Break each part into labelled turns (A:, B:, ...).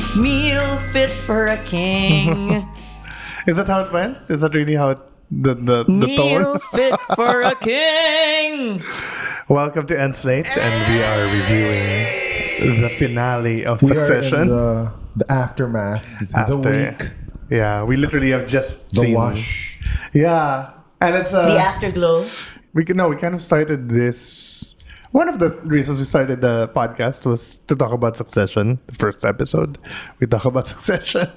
A: feel fit for a king.
B: Is that how it went? Is that really how it, the the, the
A: Kneel
B: tone?
A: fit for a king.
B: Welcome to Enslate, and we are reviewing the finale of
C: We are in
B: Succession.
C: the, the aftermath,
B: After-
C: the week,
B: Yeah, we literally have just
C: the
B: seen.
C: wash.
B: Yeah, and it's uh,
A: The afterglow.
B: we can no, we kind of started this. One of the reasons we started the podcast was to talk about Succession. The first episode, we talk about Succession,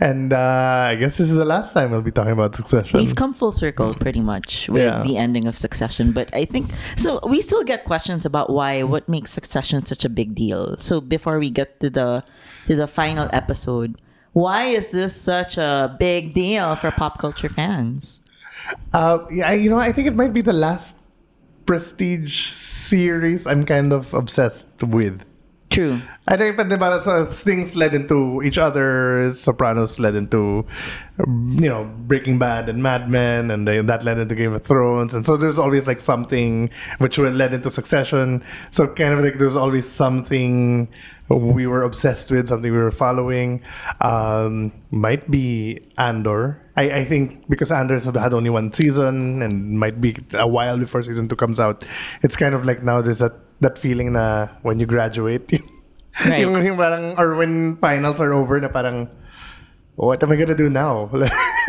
B: and uh, I guess this is the last time we'll be talking about Succession.
A: We've come full circle pretty much with
B: Yeah.
A: the ending of Succession. But I think so. We still get questions about why, what makes Succession such a big deal. So before we get to the to the final episode, why is this such a big deal for pop culture fans?
B: Uh, yeah, I- you know, I think it might be the last prestige series I'm kind of obsessed with.
A: True.
B: I think but about so things led into each other. Sopranos led into, you know, Breaking Bad and Mad Men, and they, that led into Game of Thrones. And so there's always like something which will led into Succession. So kind of like there's always something we were obsessed with, something we were following. Um, might be Andor. I, I think because Andor's have had only one season and might be a while before season two comes out. It's kind of like now there's that that feeling na when you graduate.
A: Right.
B: Yung, yung parang, or when finals are over na parang, what am I gonna do now?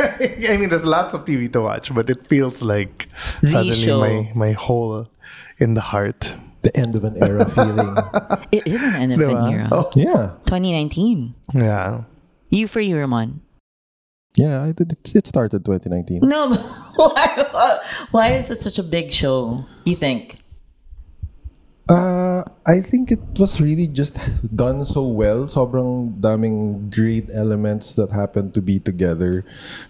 B: I mean, there's lots of TV to watch, but it feels like
A: The
B: suddenly
A: show.
B: my, my hole in the heart.
C: the end of an era feeling.
A: It is an end of
B: Diba?
A: an era.
B: Oh,
C: Yeah,
A: 2019.
B: yeah.
A: You for you, Ramon.
C: yeah, it, it, it started 2019.
A: No, but why, why is it such a big show? You think?
C: Uh, I think it was really just done so well. Sobrang daming great elements that happened to be together.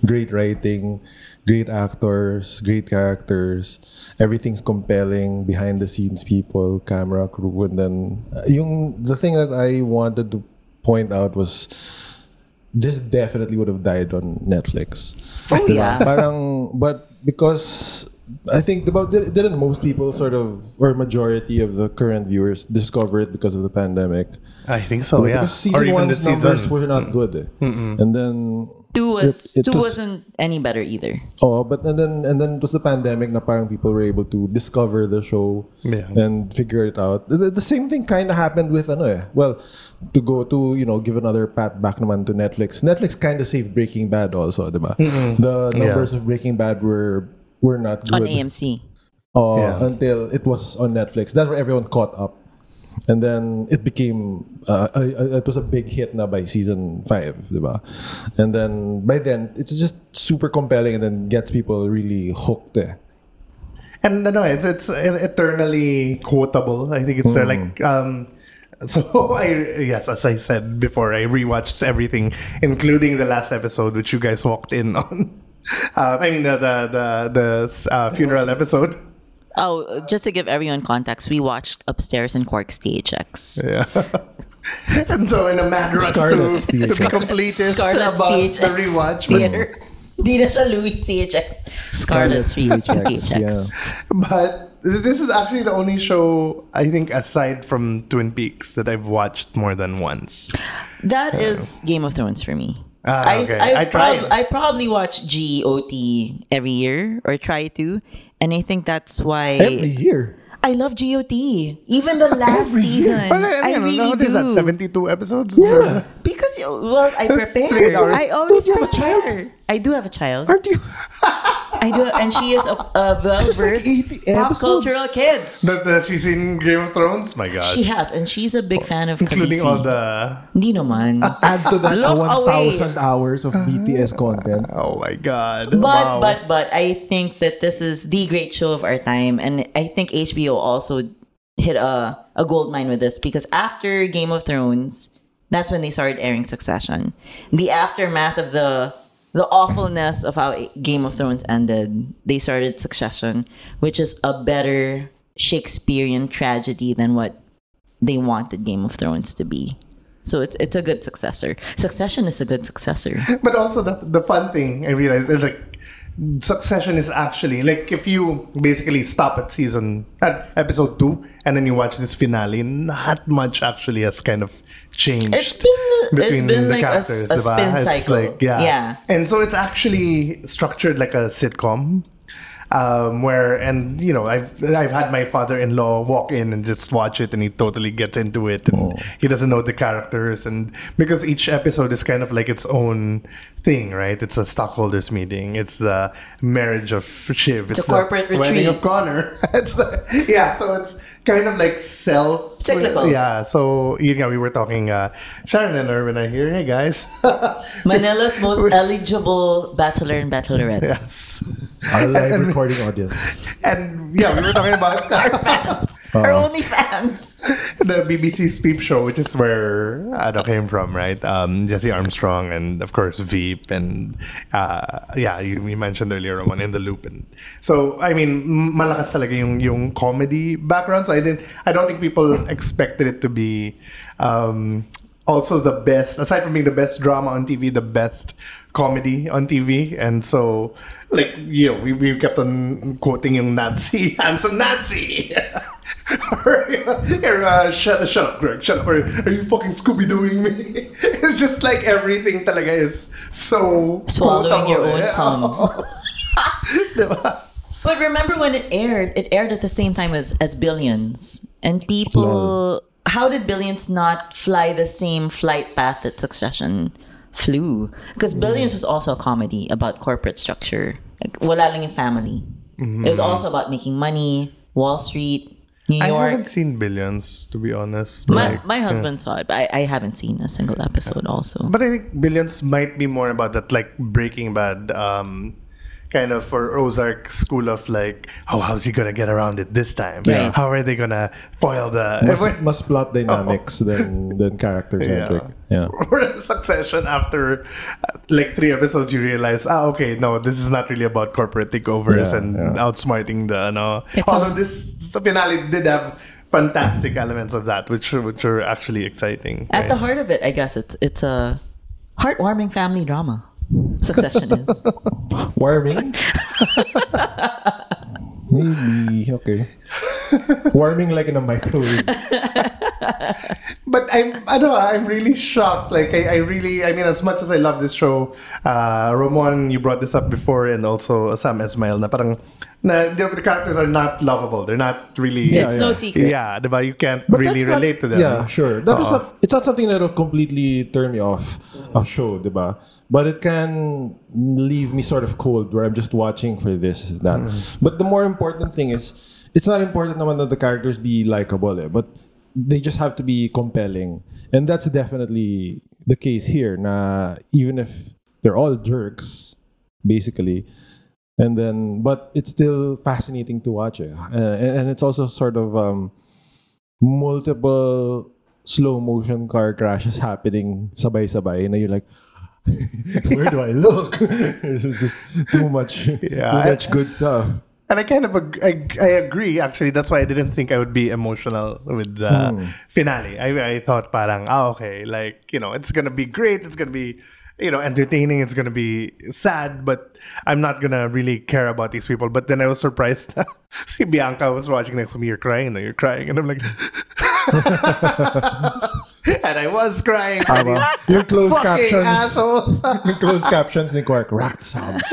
C: Great writing, great actors, great characters. Everything's compelling. Behind the scenes people, camera crew, and then uh, yung the thing that I wanted to point out was this definitely would have died on Netflix.
A: Oh,
C: Diba?
A: yeah.
C: Parang, but because I think about didn't most people sort of or majority of the current viewers discover it because of the pandemic?
B: I think so, Oh, yeah.
C: Because season one's numbers were not good, eh. and then
A: Two was
C: It- it
A: two
C: was-
A: wasn't any better either.
C: Oh, but and then and then it was the pandemic na parang people were able to discover the show
B: Yeah.
C: and figure it out. The, the same thing kind of happened with ano eh. Well, to go to you know give another pat back naman to Netflix. Netflix kind of saved Breaking Bad also, diba? The numbers of Breaking Bad were were not
A: on
C: good
A: AMC.
C: uh,
B: Yeah.
C: until it was on Netflix. That's where everyone caught up. And then it became, uh, a, a- it was a big hit na by season five, diba? And then by then, it's just super compelling and then gets people really hooked. Eh.
B: And no, it's it's e-, eternally quotable. I think it's uh,
C: Hmm.
B: like um so I yes, as I said before, I rewatched everything, including the last episode which you guys walked in on. Uh, I mean the the the, the uh, funeral episode.
A: Oh, just to give everyone context, we watched upstairs in Cork THX.
B: Yeah. and so in a matter of
C: Scarlet
B: to,
C: Steel.
B: to be complete is
A: Scarlet's
B: about
A: THX
B: the rewatch. But,
A: theater. Di na siya Louis THX. Scarlet's
C: Scarlet's
A: THX.
C: THX, yeah.
B: but this is actually the only show I think aside from Twin Peaks that I've watched more than once.
A: That is Game of Thrones for me.
B: Ah,
A: I,
B: okay.
A: I,
B: I tried.
A: prob- I probably watch GOT every year or try to. And I think that's why
C: Every year.
A: I love GOT. Even the last season.
B: But
A: I
B: you know,
A: really
B: how
A: do.
B: is that? Seventy-two episodes.
C: Yeah.
A: Because you- well, I
B: That's
A: prepare.
B: three hours.
A: I always
C: Don't you have a
A: prepare.
C: child?
A: I do have a child.
C: Aren't you?
A: I do, and she is a, a
C: This is like
A: well-versed
C: 80
A: pop
C: episodes.
A: cultural kid.
B: That uh, she's in Game of Thrones. My God,
A: She has, and she's a big fan of
B: including
A: Khaleesi.
B: all the.
A: Hindi naman.
C: Add to that a
A: Look
C: 1,000 hours of BTS content.
B: Oh my God.
A: But
B: wow.
A: but but I think that this is the great show of our time, and I think HBO also hit a a gold mine with this because after Game of Thrones, that's when they started airing Succession. The aftermath of the the awfulness of how Game of Thrones ended, they started Succession, which is a better Shakespearean tragedy than what they wanted Game of Thrones to be. So it's it's a good successor. Succession is a good successor.
B: But also the the fun thing I realized is like Succession is actually like if you basically stop at season at episode two and then you watch this finale, not much actually has kind of changed.
A: It's been- it's been like a s- a
B: diba?
A: spin
B: It's
A: cycle.
B: like, yeah.
A: Yeah.
B: And so it's actually structured like a sitcom. Um, where and you know I've I've had my father-in-law walk in and just watch it and he totally gets into it and he doesn't know the characters and because each episode is kind of like its own thing right it's a stockholders meeting it's the marriage of Shiv it's,
A: a corporate
B: the wedding
A: retreat.
B: of Connor it's the, yeah so it's kind of like self
A: Cyclical.
B: yeah so you know we were talking uh, Sharon and Irwin are here hey guys
A: Manila's most eligible bachelor and bachelorette.
B: yes
C: Our live recording audience.
B: and yeah we were talking about
A: Our
B: Oh.
A: only fans.
B: the BBC's Peep Show, which is where Ano came from, right? Um, Jesse Armstrong and of course Veep and uh, yeah, you, you mentioned earlier on in the loop and so I mean m- malakas talaga yung yung comedy background. So I didn't, I don't think people expected it to be um, also the best aside from being the best drama on TV, the best comedy on TV, and so like you know we, we kept on quoting yung Nazi handsome Nazi. or, or, uh, shut, shut up, Greg. Shut up. Or, are you fucking Scooby Dooing me? it's just like everything talaga is so.
A: Swallowing your
B: quotable,
A: own
B: eh.
A: cum.
B: Diba?
A: But remember when it aired? It aired at the same time as, as Billions. And people. How did Billions not fly the same flight path that Succession flew?
B: Mm.
A: Because Billions was also a comedy about corporate structure. Like, wala lang yung family. It was also about making money, Wall Street, New
B: Mm-hmm. I haven't
A: York.
B: seen Billions, to be honest.
A: My,
B: Like,
A: my husband saw it, but I, I haven't seen a single episode also.
B: But I think Billions might be more about that, like Breaking Bad, um, kind of for Ozark school of like, oh, how's he gonna get around it this time?
A: Yeah.
B: How are they gonna foil the?
C: Mas, mas plot dynamics than than character centric. Oh. Yeah.
B: or in succession after uh, like three episodes you realize ah okay no this is not really about corporate takeovers
C: Yeah,
B: and
C: yeah.
B: outsmarting the no
A: It's
B: although
A: all-
B: this the finale did have fantastic elements of that which which are actually exciting
A: At the
B: right?
A: heart of it, I guess it's it's a heartwarming family drama. Succession is.
C: Warming? Maybe. Okay. Warming like in a microwave.
B: but I'm I don't know I'm really shocked like I, I really I mean as much as I love this show uh Ramon you brought this up before and also Sam Esmail na parang na, the, the characters are not lovable they're not really
C: Yeah,
A: it's
C: yeah.
A: no secret.
B: yeah, diba? you can't
C: But
B: really
C: that's not-
B: relate to them Uh-uh.
C: Yeah, sure. That is
B: Oo.
C: not, it's not something that'll completely turn me off a show, diba? But it can leave me sort of cold where I'm just watching for this and that.
B: Mm-hmm.
C: But the more important thing is, it's not important naman that the characters be likable, eh, but they just have to be compelling. And that's definitely the case here. Na even if they're all jerks, basically, and then but it's still fascinating to watch it and, and it's also sort of um multiple slow motion car crashes happening sabay-sabay and you're like where do i look it's just too much
B: Yeah,
C: too
B: I-
C: much good stuff
B: And I kind of ag- I, I agree actually. That's why I didn't think I would be emotional with the finale. I, I thought parang ah okay, like you know it's gonna be great. It's gonna be you know entertaining. It's gonna be sad, but I'm not gonna really care about these people. But then I was surprised. See, Bianca was watching next to me. You're crying. You're crying, and I'm like. and I was crying. for
C: Tama.
B: these
C: Yung closed
B: fucking
C: captions.
B: assholes.
C: Yung closed captions ni Quark rat sounds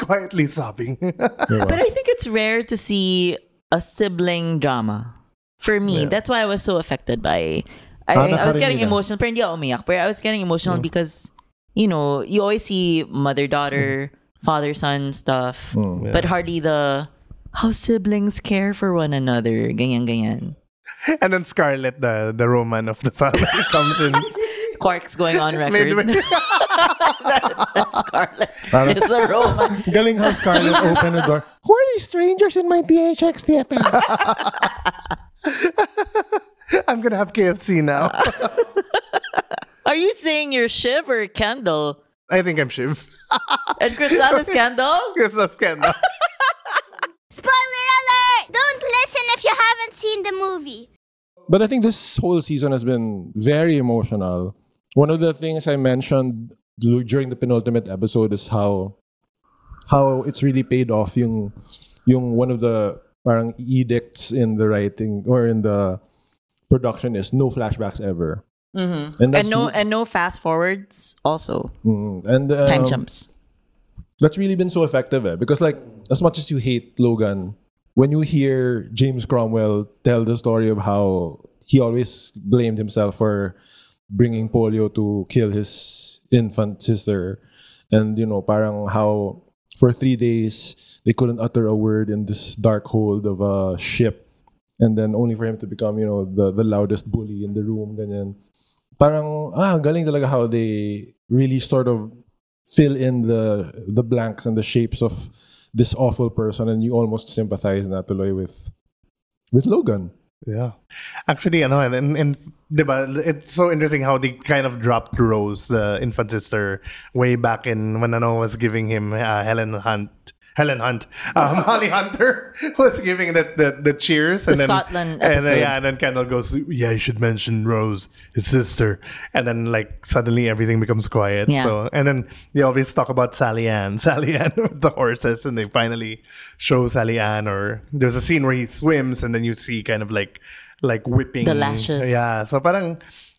B: Quietly sobbing.
A: But I think it's rare to see a sibling drama. For me, that's why I was so affected by. I,
C: Ah,
A: I was
C: nakarinig
A: getting
C: ah.
A: emotional. Pero hindi ako umiyak. Pero I was getting emotional
B: Mm.
A: because, you know, you always see mother
B: Mm.
A: daughter, father son stuff, but hardly the how siblings care for one another. Ganyan, ganyan.
B: and then Scarlett, the, the Roman of the family, comes in.
A: Quark's going on
B: Made-
A: record. Scarlett is the Roman.
C: galing how Scarlett opened the door who are these strangers in my THX theater
B: I'm gonna have KFC now.
A: Are you saying you're Shiver Kendall
B: I think I'm Shiv.
A: and Chrisana's Kendall?
B: It's a scandal.
D: Spoiler alert! Don't listen if you haven't seen the movie.
C: But I think this whole season has been very emotional. One of the things I mentioned l- during the penultimate episode is how how it's really paid off yung yung one of the parang edicts in the writing or in the production is no flashbacks ever. And that's
A: Mm-hmm. and no
C: re-
A: and no fast forwards also
C: mm, and um,
A: time jumps
C: that's really been so effective eh? because like as much as you hate logan when you hear james cromwell tell the story of how he always blamed himself for bringing polio to kill his infant sister and you know parang how for three days they couldn't utter a word in this dark hold of a ship and then only for him to become you know the, the loudest bully in the room ganyan parang ah ang galing talaga how they really sort of fill in the the blanks and the shapes of this awful person and you almost sympathize na tuloy with with Logan.
B: Yeah. Actually, ano, and, and, and diba, it's so interesting how they kind of dropped Rose, the infant sister, way back in when ano was giving him uh, Helen Hunt. Helen Hunt, um, Holly Hunter was giving the the, the cheers,
A: The
B: and then
A: Scotland
B: and then,
A: episode.
B: yeah, and then Kendall goes, "Yeah, you should mention Rose, his sister," and then like suddenly everything becomes quiet.
A: Yeah.
B: So and then they always talk about Sally Ann, Sally Ann with the horses, and they finally show Sally Ann. Or there's a scene where he swims, and then you see kind of like like whipping
A: The lashes.
B: Yeah, so parang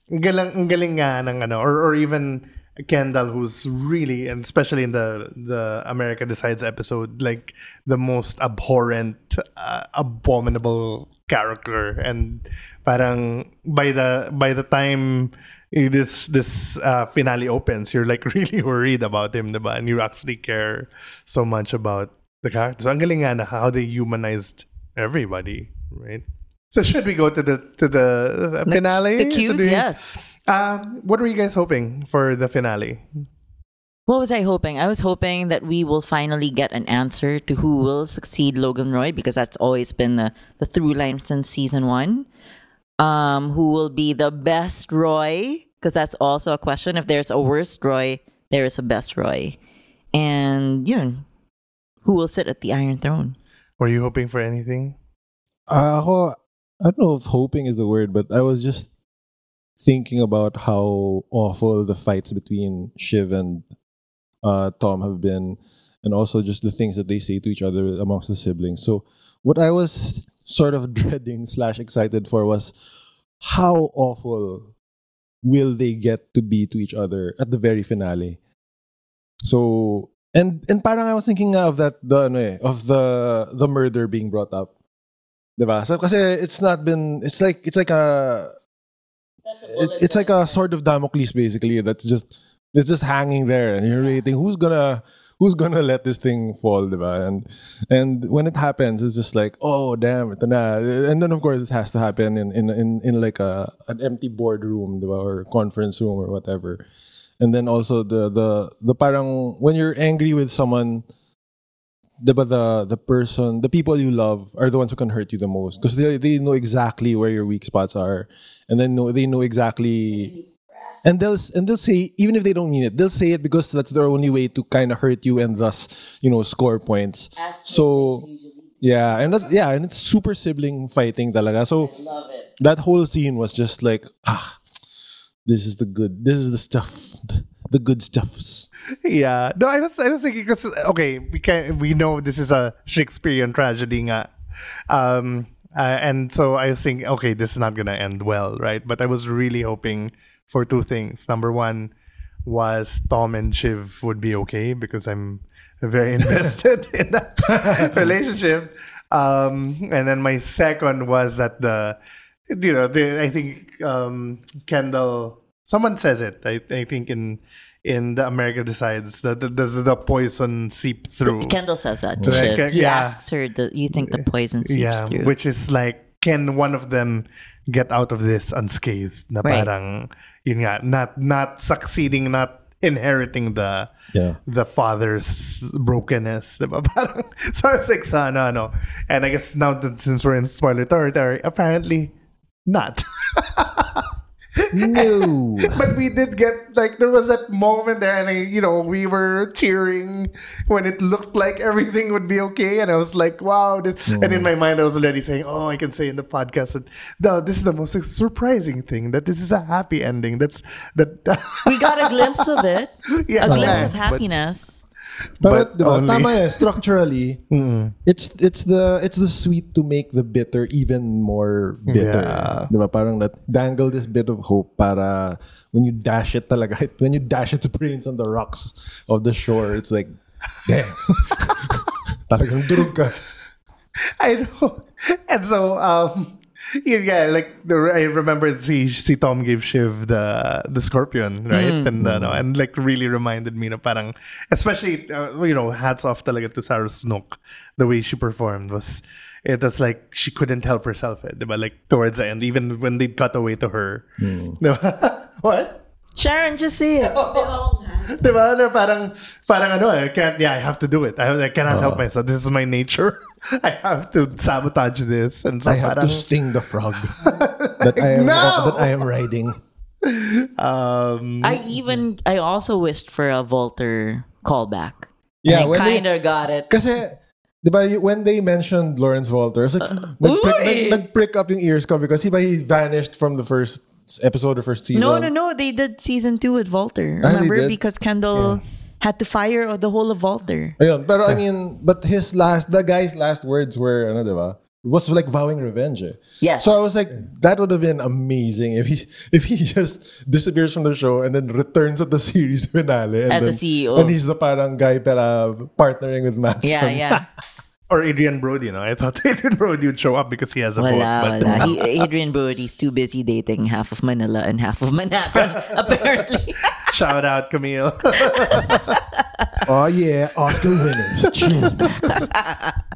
B: ang galing, ang galing nga ng ano, or or even Kendall, who's really and especially in the the America Decides episode, like the most abhorrent, uh, abominable character, and parang by the by the time this this uh, finale opens, you're like really worried about him, diba? and you actually care so much about the character. So ang galing nga na how they humanized everybody, right? So should we go to the to the uh, finale?
A: the
B: To
A: cues
B: the-
A: yes
B: Uh, what were you guys hoping for the finale?
A: what was i hoping i was hoping that we will finally get an answer to who will succeed logan roy because that's always been the, the through line since season one um who will be the best roy because that's also a question if there's a worst roy there is a best roy and yun who will sit at the iron throne
B: Were you hoping for anything?
C: Uh, ako, I don't know if hoping is the word, but I was just thinking about how awful the fights between Shiv and uh, Tom have been, and also just the things that they say to each other amongst the siblings. So, what I was sort of dreading slash excited for was how awful will they get to be to each other at the very finale. So, and and parang I was thinking nga of that the ano eh, of the the murder being brought up. Diba? So, kasi it's not been it's like it's like a it, it's like a sword of Damocles basically that's just it's just hanging there and you're waiting who's gonna who's gonna let this thing fall diba? and and when it happens it's just like oh damn ito na. and then of course it has to happen in in in, in like a an empty boardroom diba? or conference room or whatever and then also the the the parang when you're angry with someone diba the the person the people you love are the ones who can hurt you the most because they, they know exactly where your weak spots are and then know they know exactly and they'll s- and they'll say even if they don't mean it they'll say it because that's their only way to kind of hurt you and thus you know score points so yeah and that's yeah and it's super sibling fighting talaga so that whole scene was just like ah this is the good this is the stuff the good stuffs
B: Yeah, no, I was I was thinking because okay, we can we know this is a Shakespearean tragedy, nga. um, uh, and so I was thinking, okay, this is not gonna end well, right? But I was really hoping for two things. Number one was Tom and Shiv would be okay because I'm very invested in that relationship. Um, and then my second was that the you know the, I think um, Kendall someone says it. I, I think in in the America decides that th- does the poison seep through?
A: Kendall says that to
B: Right,
A: Shiv.
B: Ke-
A: He
B: uh, yeah.
A: asks her, "Do you think the poison seeps
B: yeah,
A: through?"
B: which is like can one of them get out of this unscathed? Na
A: Right.
B: parang yun nga, not not succeeding, not inheriting the
C: Yeah.
B: the father's brokenness. diba? Parang, so I was like, sana, ano. And I guess now that since we're in spoiler territory, apparently not.
C: No.
B: But we did get like there was that moment there, and I, you know, we were cheering when it looked like everything would be okay, and I was like, "Wow!" This, And in my mind, I was already saying, "Oh, I can say in the podcast that no, this is the most surprising thing that this is a happy ending." That's that.
A: We got a glimpse of it.
B: yeah,
A: A glimpse
B: yeah.
A: of happiness.
C: Pero
B: But
C: diba,
B: only-
C: tama yan, structurally, it's it's the it's the sweet to make the bitter even more bitter.
B: Yeah.
C: Diba? Parang that dangle this bit of hope para when you dash it talaga, when you dash its brains on the rocks of the shore, it's like, damn. Talagang durog ka.
B: I know. And so, um, yeah, like the, I remember see see Tom gave Shiv the the scorpion, right? And uh, no, and like really reminded me na parang especially uh, you know hats off talaga to Sarah Snook the way she performed was it was like she couldn't help herself, eh, but like towards the end, even when they cut away to her, diba? what?
A: Sharon, just see it.
B: Diba? Na Parang, parang ano, eh, I can't, yeah, I have to do it. I, I cannot help myself. This is my nature. I have to sabotage this. And so
C: I have to
B: parang,
C: sting the frog that I am
B: No!
C: that I am riding.
B: um,
A: I even I also wished for a Volter callback.
C: Yeah,
A: and I
C: when they-
A: kind of got it.
C: Kasi, di ba, y- when they mentioned Lawrence Walter, I was like, nag-prick,
A: uy!
C: nag- nag-prick up yung ears ko because he, ba, he vanished from the first s- episode or first season.
A: No, no, no. They did season two with Volter.
C: Ah, they
A: Remember?
C: did?
A: because Kendall had to fire the whole of Volter.
C: Ayun, pero I mean, but his last, the guy's last words were, ano, di ba? Was like vowing revenge. eh.
A: Yes.
C: So I was like, that would have been amazing if he if he just disappears from the show and then returns at the series finale and
A: As a
C: then-
A: CEO.
C: and he's the parang guy pala partnering with Matt.
A: Yeah, yeah.
B: or Adrian Brody, you know. I thought Adrian Brody would show up because he has a vote.
A: Wala,
B: But
A: wala. He, Adrian Brody's too busy dating half of Manila and half of Manhattan, apparently.
B: shout out, Camille.
C: Oh yeah, Oscar winners. Cheers, Max.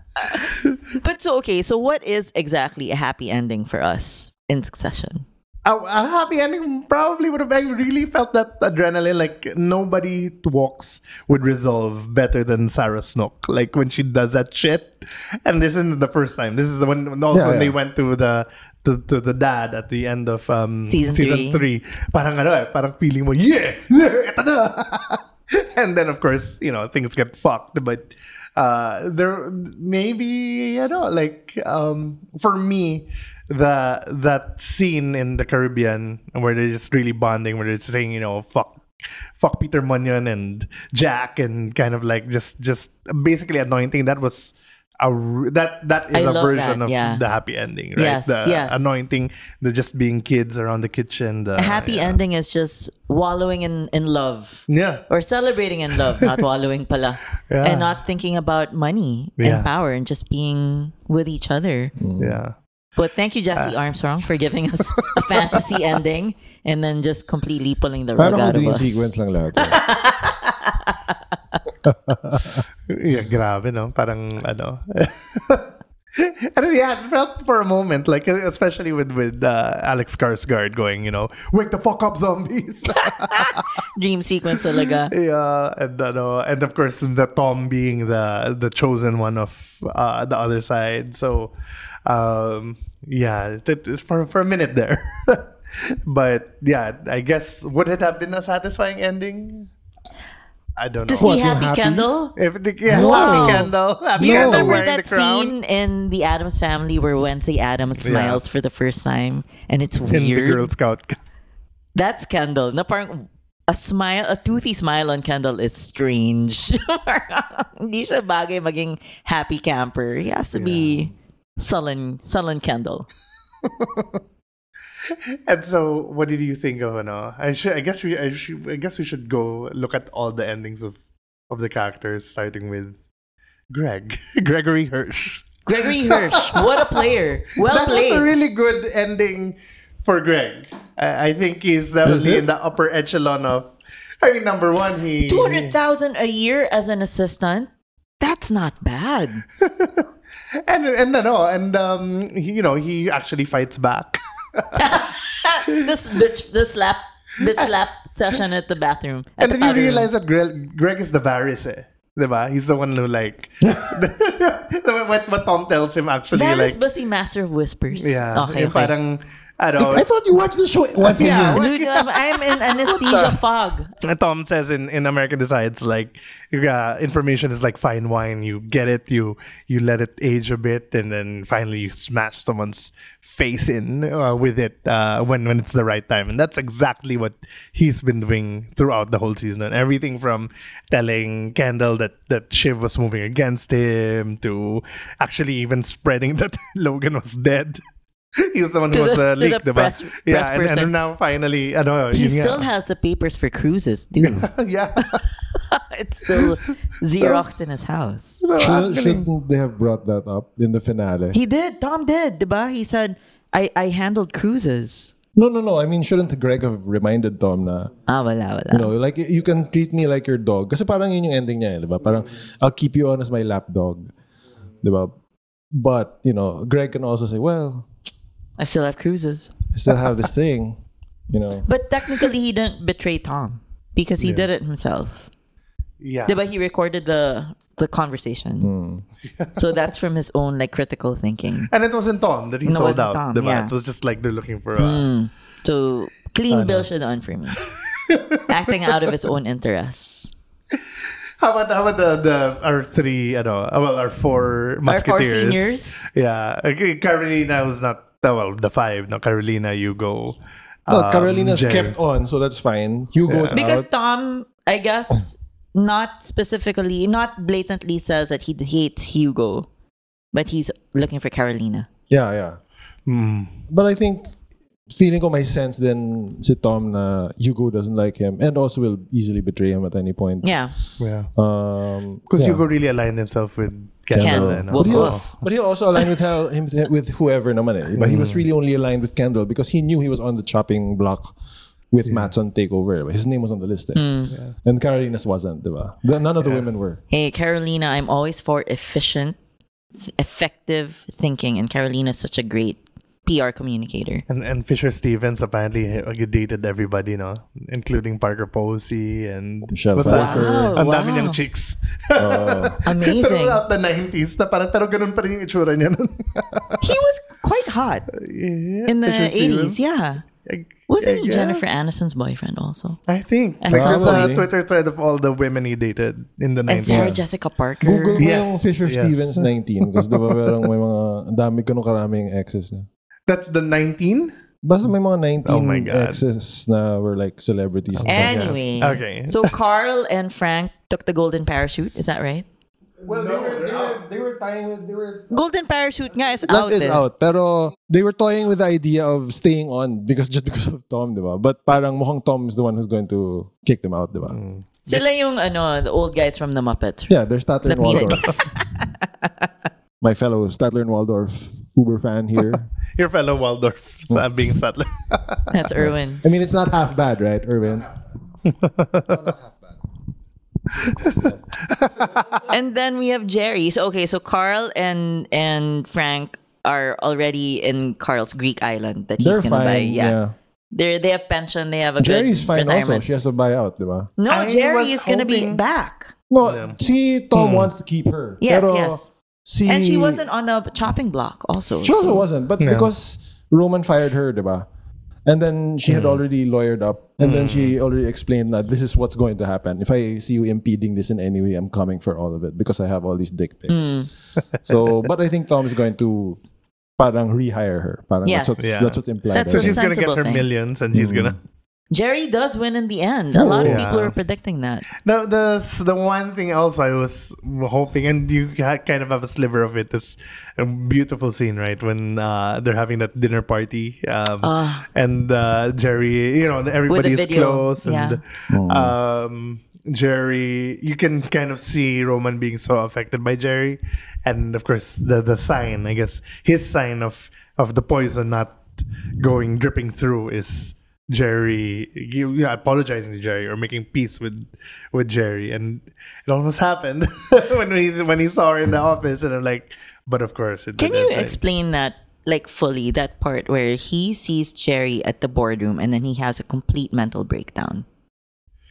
A: but so, okay, so what is exactly a happy ending for us in Succession?
B: a, a happy ending probably would have. I really felt that adrenaline. Like nobody walks with resolve better than Sarah Snook. Like when she does that shit, and this isn't the first time. This is when when also
C: Yeah,
B: when they
C: yeah.
B: went to the to, to the dad at the end of um,
A: Season
B: season three.
A: three.
B: Parang ano, eh, parang feeling mo yeah, yeah, eto na. and then of course you know things get fucked but uh there maybe you know like um for me the that scene in the caribbean where they're just really bonding where they're just saying you know fuck fuck peter munyon and jack and kind of like just just basically anointing that was a, r- that that is
A: I
B: a
A: love
B: version
A: that,
B: of
A: yeah.
B: the happy ending right
A: Yes,
B: the
A: yes.
B: anointing the just being kids around the kitchen the
A: A happy
C: Oh,
B: yeah.
A: ending is just wallowing in, in love.
B: yeah
A: Or celebrating in love, not wallowing pala.
B: Yeah.
A: And not thinking about money
B: Yeah. Mm.
A: and power and just being with each other.
B: yeah
A: But thank you,
B: Uh,
A: Jesse Armstrong, for giving us a fantasy ending and then just completely pulling the rug
C: Parang
A: out of
C: dream
A: us.
C: sequence lang lahat.
B: Yeah, grabe, no? Parang, ano. And yeah, it felt for a moment, like especially with with uh, Alex Skarsgård going, you know, wake the fuck up, zombies.
A: Dream sequence talaga.
B: yeah, and ano, and of course the Tom being the the chosen one of uh, the other side. So, um, yeah, that, is for for a minute there, but yeah, I guess would it have been a satisfying ending? I don't
A: To
B: know.
A: see
C: What, yung
A: Happy
C: happy?
A: Kendall?
B: If the, yeah,
A: No.
B: Happy Kendall, Happy
A: You
B: Kendall
A: remember
B: wearing
A: that
B: the crown.
A: scene in the Adams Family where Wednesday Adams
B: Yeah.
A: smiles for the first time, and it's
B: in the Girl
A: weird.
B: Scout.
A: That's Kendall. Na parang a smile, a toothy smile on Kendall is strange. Parang Hindi siya bagay maging happy camper. He has to be sullen, sullen Kendall.
B: And so, what did you think of ano? I should, I guess we, I, should, I guess we should go look at all the endings of of the characters, starting with Greg, Gregory Hirsch.
A: Gregory Hirsch, what a player! Well
B: that
A: played.
B: was a really good ending for Greg. I, I think he's definitely
C: it?
B: in the upper echelon of. I mean, number one, he
A: Two hundred thousand a year as an assistant. That's not bad.
B: and and ano, and um, he, you know, he actually fights back.
A: this bitch, this slap, bitch slap session at the bathroom. at
B: And
A: the
B: then you
A: powder room.
B: realize that Greg, Greg is the Varys, eh? Diba? He's the one who, like, what, what Tom tells him actually,
A: Varys
B: like,
A: ba si Master of Whispers?
B: yeah,
A: Okay,
B: yung
A: okay.
B: parang I don't.
C: I thought you watched the show once a
B: Yeah,
C: year.
B: what-
A: Dude, I'm, I'm in anesthesia fog.
B: Tom says in, in American Decides, like uh, information is like fine wine. You get it, you you let it age a bit, and then finally you smash someone's face in uh, with it uh, when when it's the right time. And that's exactly what he's been doing throughout the whole season. And everything from telling Kendall that that Shiv was moving against him to actually even spreading that Logan was dead. He was the one who
A: To
B: was
A: the-
B: uh,
A: to the
B: leaked, diba?
A: press-
B: yeah,
A: press
B: and, and
A: person.
B: now finally, ano,
A: He
B: yun nga.
A: still has the papers for cruises, dude.
B: yeah.
A: it's still Xerox in his house.
B: So,
C: Shouldn't,
B: actually-
C: shouldn't they have brought that up in the finale?
A: He did. Tom did, diba? He said, I, I handled cruises.
C: No, no, no. I mean, shouldn't Greg have reminded Tom na,
A: Ah, wala, wala.
C: you know, like, you can treat me like your dog. Kasi parang yun yung ending niya, eh, di ba? Parang, I'll keep you on as my lap dog. Di ba? But, you know, Greg can also say, well,
A: I still have cruises.
C: I still have this thing. You know,
A: But technically, he didn't betray Tom because he did it himself.
B: yeah.
A: Diba? He recorded the the conversation. so that's from his own like critical thinking.
B: And it wasn't Tom that he
A: No, it
B: sold
A: wasn't
B: out.
A: Tom,
B: diba?
A: yeah. Hmm.
B: It was just like they're looking for. Uh,
A: So clean bill should on for me. Acting out of his own interests.
B: How about how about the, the our three? I know. uh, Well, our four musketeers.
A: seniors.
B: Yeah. Okay, Carolina was not. oh, Well, the five. No, Carolina, Hugo.
C: well,
B: um,
C: Carolina's
B: Jerry.
C: kept on, so that's fine. Hugo's
A: Because
C: out.
A: Tom, I guess,
B: Oh.
A: not specifically, not blatantly says that he hates Hugo, but he's looking for Carolina.
C: Yeah, yeah.
B: Mm.
C: But I think feeling ko my sense then si Tom na Hugo doesn't like him and also will easily betray him at any point.
A: Yeah.
B: Yeah.
C: Um,
B: Because
C: yeah.
B: Hugo really aligned himself with
C: Kendall.
B: Kendall. and uh,
A: Woof,
C: But
B: all.
C: he'll,
A: woof.
C: but he'll also align with hell, him with whoever naman eh. But he
B: Mm.
C: was really only aligned with Kendall because he knew he was on the chopping block with Matt's on takeover. His name was on the list eh. And Carolina's wasn't, di ba? The- None of the women were.
A: Hey, Carolina, I'm always for efficient, th- effective thinking, and Carolina's such a great PR communicator.
B: And, and Fisher Stevens apparently uh, dated everybody, no? Including Parker Posey and
C: Michelle
B: Basta-
C: Pfeiffer.
A: Wow,
B: Ang dami
A: wow.
B: niyang chicks.
A: Amazing.
B: Throughout the 90s, na parang, pero ganun pa rin yung itsura niya nun.
A: he was quite hot
B: Yeah,
A: in the 80s.
B: Fisher Stevens.
A: Yeah.
B: I-
A: Wasn't
B: I
A: he Jennifer
B: guess.
A: Aniston's boyfriend also?
B: I think.
A: And
B: Like,
A: Sarah-
B: there's a
C: Probably.
B: Twitter thread of all the women he dated in the
A: And Sarah
B: 90s.
A: Jessica Parker.
C: Google mo
B: Yes,
C: yung Fisher
B: yes.
C: Stevens 19 kasi di ba parang may mga ang dami ganun karaming exes na.
B: That's the 19?
C: Basta may mga 19
B: Oh my God. Oh
C: exes na were like celebrities. and stuff.
A: Anyway.
B: Yeah. Okay.
A: So Carl and Frank took the golden parachute. Is that right?
C: Well, they were, they were, they were tying with, they were...
A: Golden parachute nga is
C: That
A: out.
C: is
A: eh.
C: out. Pero they were toying with the idea of staying on because just because of Tom, di ba? But parang mukhang Tom is the one who's going to kick them out, di ba?
A: Sila yung ano, the old guys from the Muppets.
C: Yeah, there's Statler and
A: Lapitan.
C: Waldorf. My fellow Statler and Waldorf Uber fan here.
B: Your fellow Waldorf, being Sattler.
A: That's Erwin.
C: I mean, it's not half bad, right, Irvin?
A: And then we have Jerry. So okay, so Carl and and Frank are already in Carl's Greek island that he's
C: They're
A: gonna
C: fine.
A: buy.
C: yeah.
A: Yeah. They're they have pension, they have a
C: Jerry's
A: good
C: fine also.
A: retirement.
C: She has a buyout, di ba?
A: No,
B: I
A: Jerry is
B: was
A: gonna be
B: hoping-
A: back.
C: No, si Tom wants to keep
A: Hmm.
C: her.
A: Yes,
C: pero
A: yes.
C: Si,
A: And she wasn't on the chopping block also.
C: She
A: so-
C: also wasn't, but because Roman fired her, diba? And then she had already lawyered up, and then she already explained that this is what's going to happen. If I see you impeding this in any way, I'm coming for all of it because I have all these dick pics.
A: Mm.
C: so, but I think Tom is going to parang rehire her. Parang
A: Yes.
C: that's, what's,
B: Yeah.
C: that's what's implied.
A: That's a
B: So
C: I
B: she's gonna
C: think.
B: get
A: sensible
B: her
A: thing.
B: millions and she's gonna
A: Jerry does win in the end. A lot of
B: Yeah.
A: people were predicting that.
B: the, the the one thing else I was hoping, and you ha- kind of have a sliver of it, is a beautiful scene, right? When uh, they're having that dinner party, um,
A: Ah.
B: and uh, Jerry, you know, everybody's
A: video,
B: close, and
C: yeah. Oh.
B: um, Jerry, you can kind of see Roman being so affected by Jerry, and of course the the sign, I guess, his sign of of the poison not going dripping through is Jerry you, you know, apologizing to Jerry or making peace with with Jerry and it almost happened when we when he saw her in the office and I'm like but of course it
A: Can you
B: didn't. Like,
A: explain that like fully that part where he sees Jerry at the boardroom and then he has a complete mental breakdown?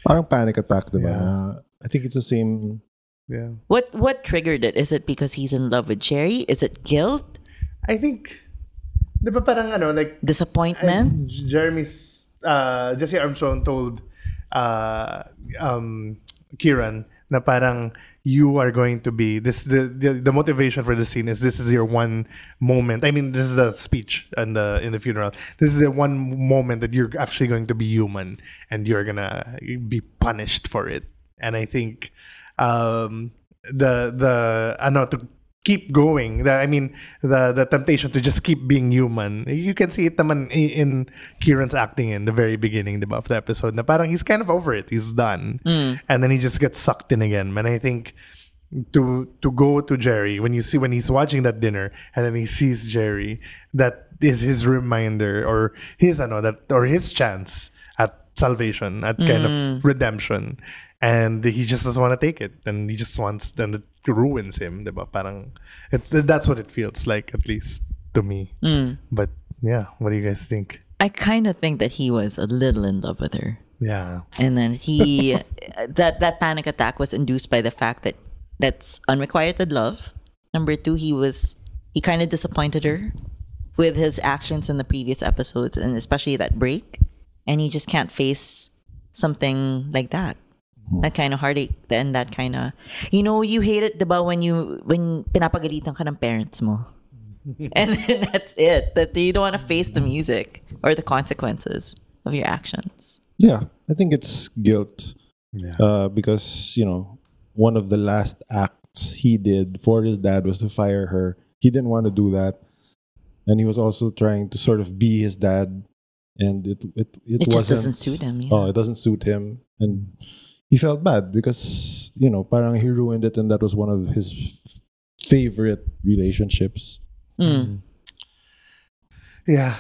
C: Parang panic attack, diba?
B: Yeah.
C: Uh, I think it's the same.
B: yeah
A: What what triggered it? Is it because he's in love with Jerry? Is it guilt?
B: I think Di ba parang ano, like,
A: Disappointment?
B: J- Jeremy, S- uh, Jesse Armstrong told uh, um, Kieran na parang you are going to be this the, the the motivation for the scene is this is your one moment. I mean, this is the speech and the in the funeral. This is the one moment that you're actually going to be human and you're gonna be punished for it. And I think um, the the ano to keep going. The, I mean, the the temptation to just keep being human. You can see it naman i- in Kieran's acting in the very beginning diba, of the episode. Na parang he's kind of over it. He's done. And then he just gets sucked in again. And I think to to go to Jerry when you see when he's watching that dinner and then he sees Jerry that is his reminder or his ano that or his chance at salvation at
A: Mm.
B: kind of redemption and he just doesn't want to take it and he just wants and it ruins him diba? parang it's that's what it feels like at least to me
A: Mm.
B: but yeah what do you guys think
A: I kind of think that he was a little in love with her.
B: yeah
A: and then he that that panic attack was induced by the fact that that's unrequited love number two he was he kind of disappointed her with his actions in the previous episodes and especially that break and he just can't face something like that that kind of heartache then that kind of you know you hate it diba when you when pinapagalitan ka ng parents mo and then that's it that you don't want to face the music or the consequences of your actions
C: Yeah, I think it's guilt
B: yeah
C: uh, because you know one of the last acts he did for his dad was to fire her. He didn't want to do that, and he was also trying to sort of be his dad, and it it
A: it
C: it,
A: just
C: wasn't,
A: doesn't suit him. Yeah.
C: Oh, it doesn't suit him, and he felt bad because you know, parang he ruined it, and that was one of his f- favorite relationships.
A: Mm.
B: yeah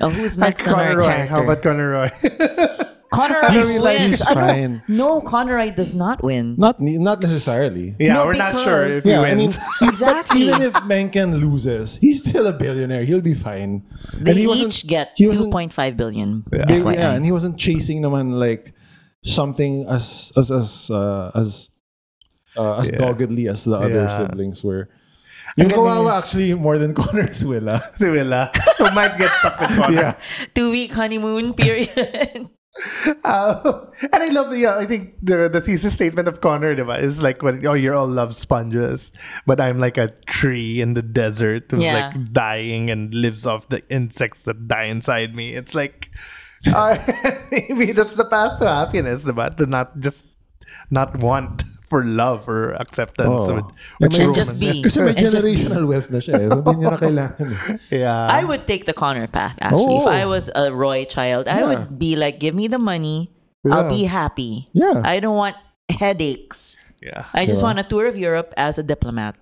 A: oh, who's
B: Like
A: next on our
B: Roy.
A: character?
B: how about Conor Roy
A: Conroy
B: He's-
A: wins.
C: he's
A: Ano?
C: fine.
A: No, Conroy does not win.
C: Not ne- not necessarily.
B: yeah
A: No,
B: we're not sure
A: because-
B: if he
C: Yeah, I mean,
B: wins
A: Exactly.
C: even if Mencken loses, he's still a billionaire. He'll be fine.
A: they
C: wasn't-
A: each get
C: he wasn't-
A: 2.5 billion.
C: They-
A: FYI.
C: yeah, and he wasn't chasing naman like something as as as uh, as uh, as
B: Yeah.
C: doggedly as the
B: Yeah.
C: other siblings were. Yung
B: galing
C: kawawa actually more than Connor Suela.
B: si Willa who might get stuck with Conor
C: yeah.
A: Two week honeymoon
C: Um,
A: period.
B: Uh, and I love the. Uh, I think the the thesis statement of Connor diba, is like, when, "Oh, you're all love sponges, but I'm like a tree in the desert who's
A: Yeah.
B: like dying and lives off the insects that die inside me." It's like, uh, maybe that's the path to happiness, diba? to not just not want for love or acceptance.
C: Oh.
B: With,
C: And
B: with
A: And just be.
B: romance.
C: Kasi may
A: And just be.
C: generational wealth na siya eh. So, Hindi niya na kailangan eh.
B: yeah.
A: I would take the Connor path, actually. If
C: Oh.
A: I was a Roy child, I
C: Yeah.
A: would be like, give me the money. I'll be happy.
C: Yeah.
A: I don't want headaches.
B: yeah.
A: I just
C: Diba?
A: want a tour of Europe as a diplomat,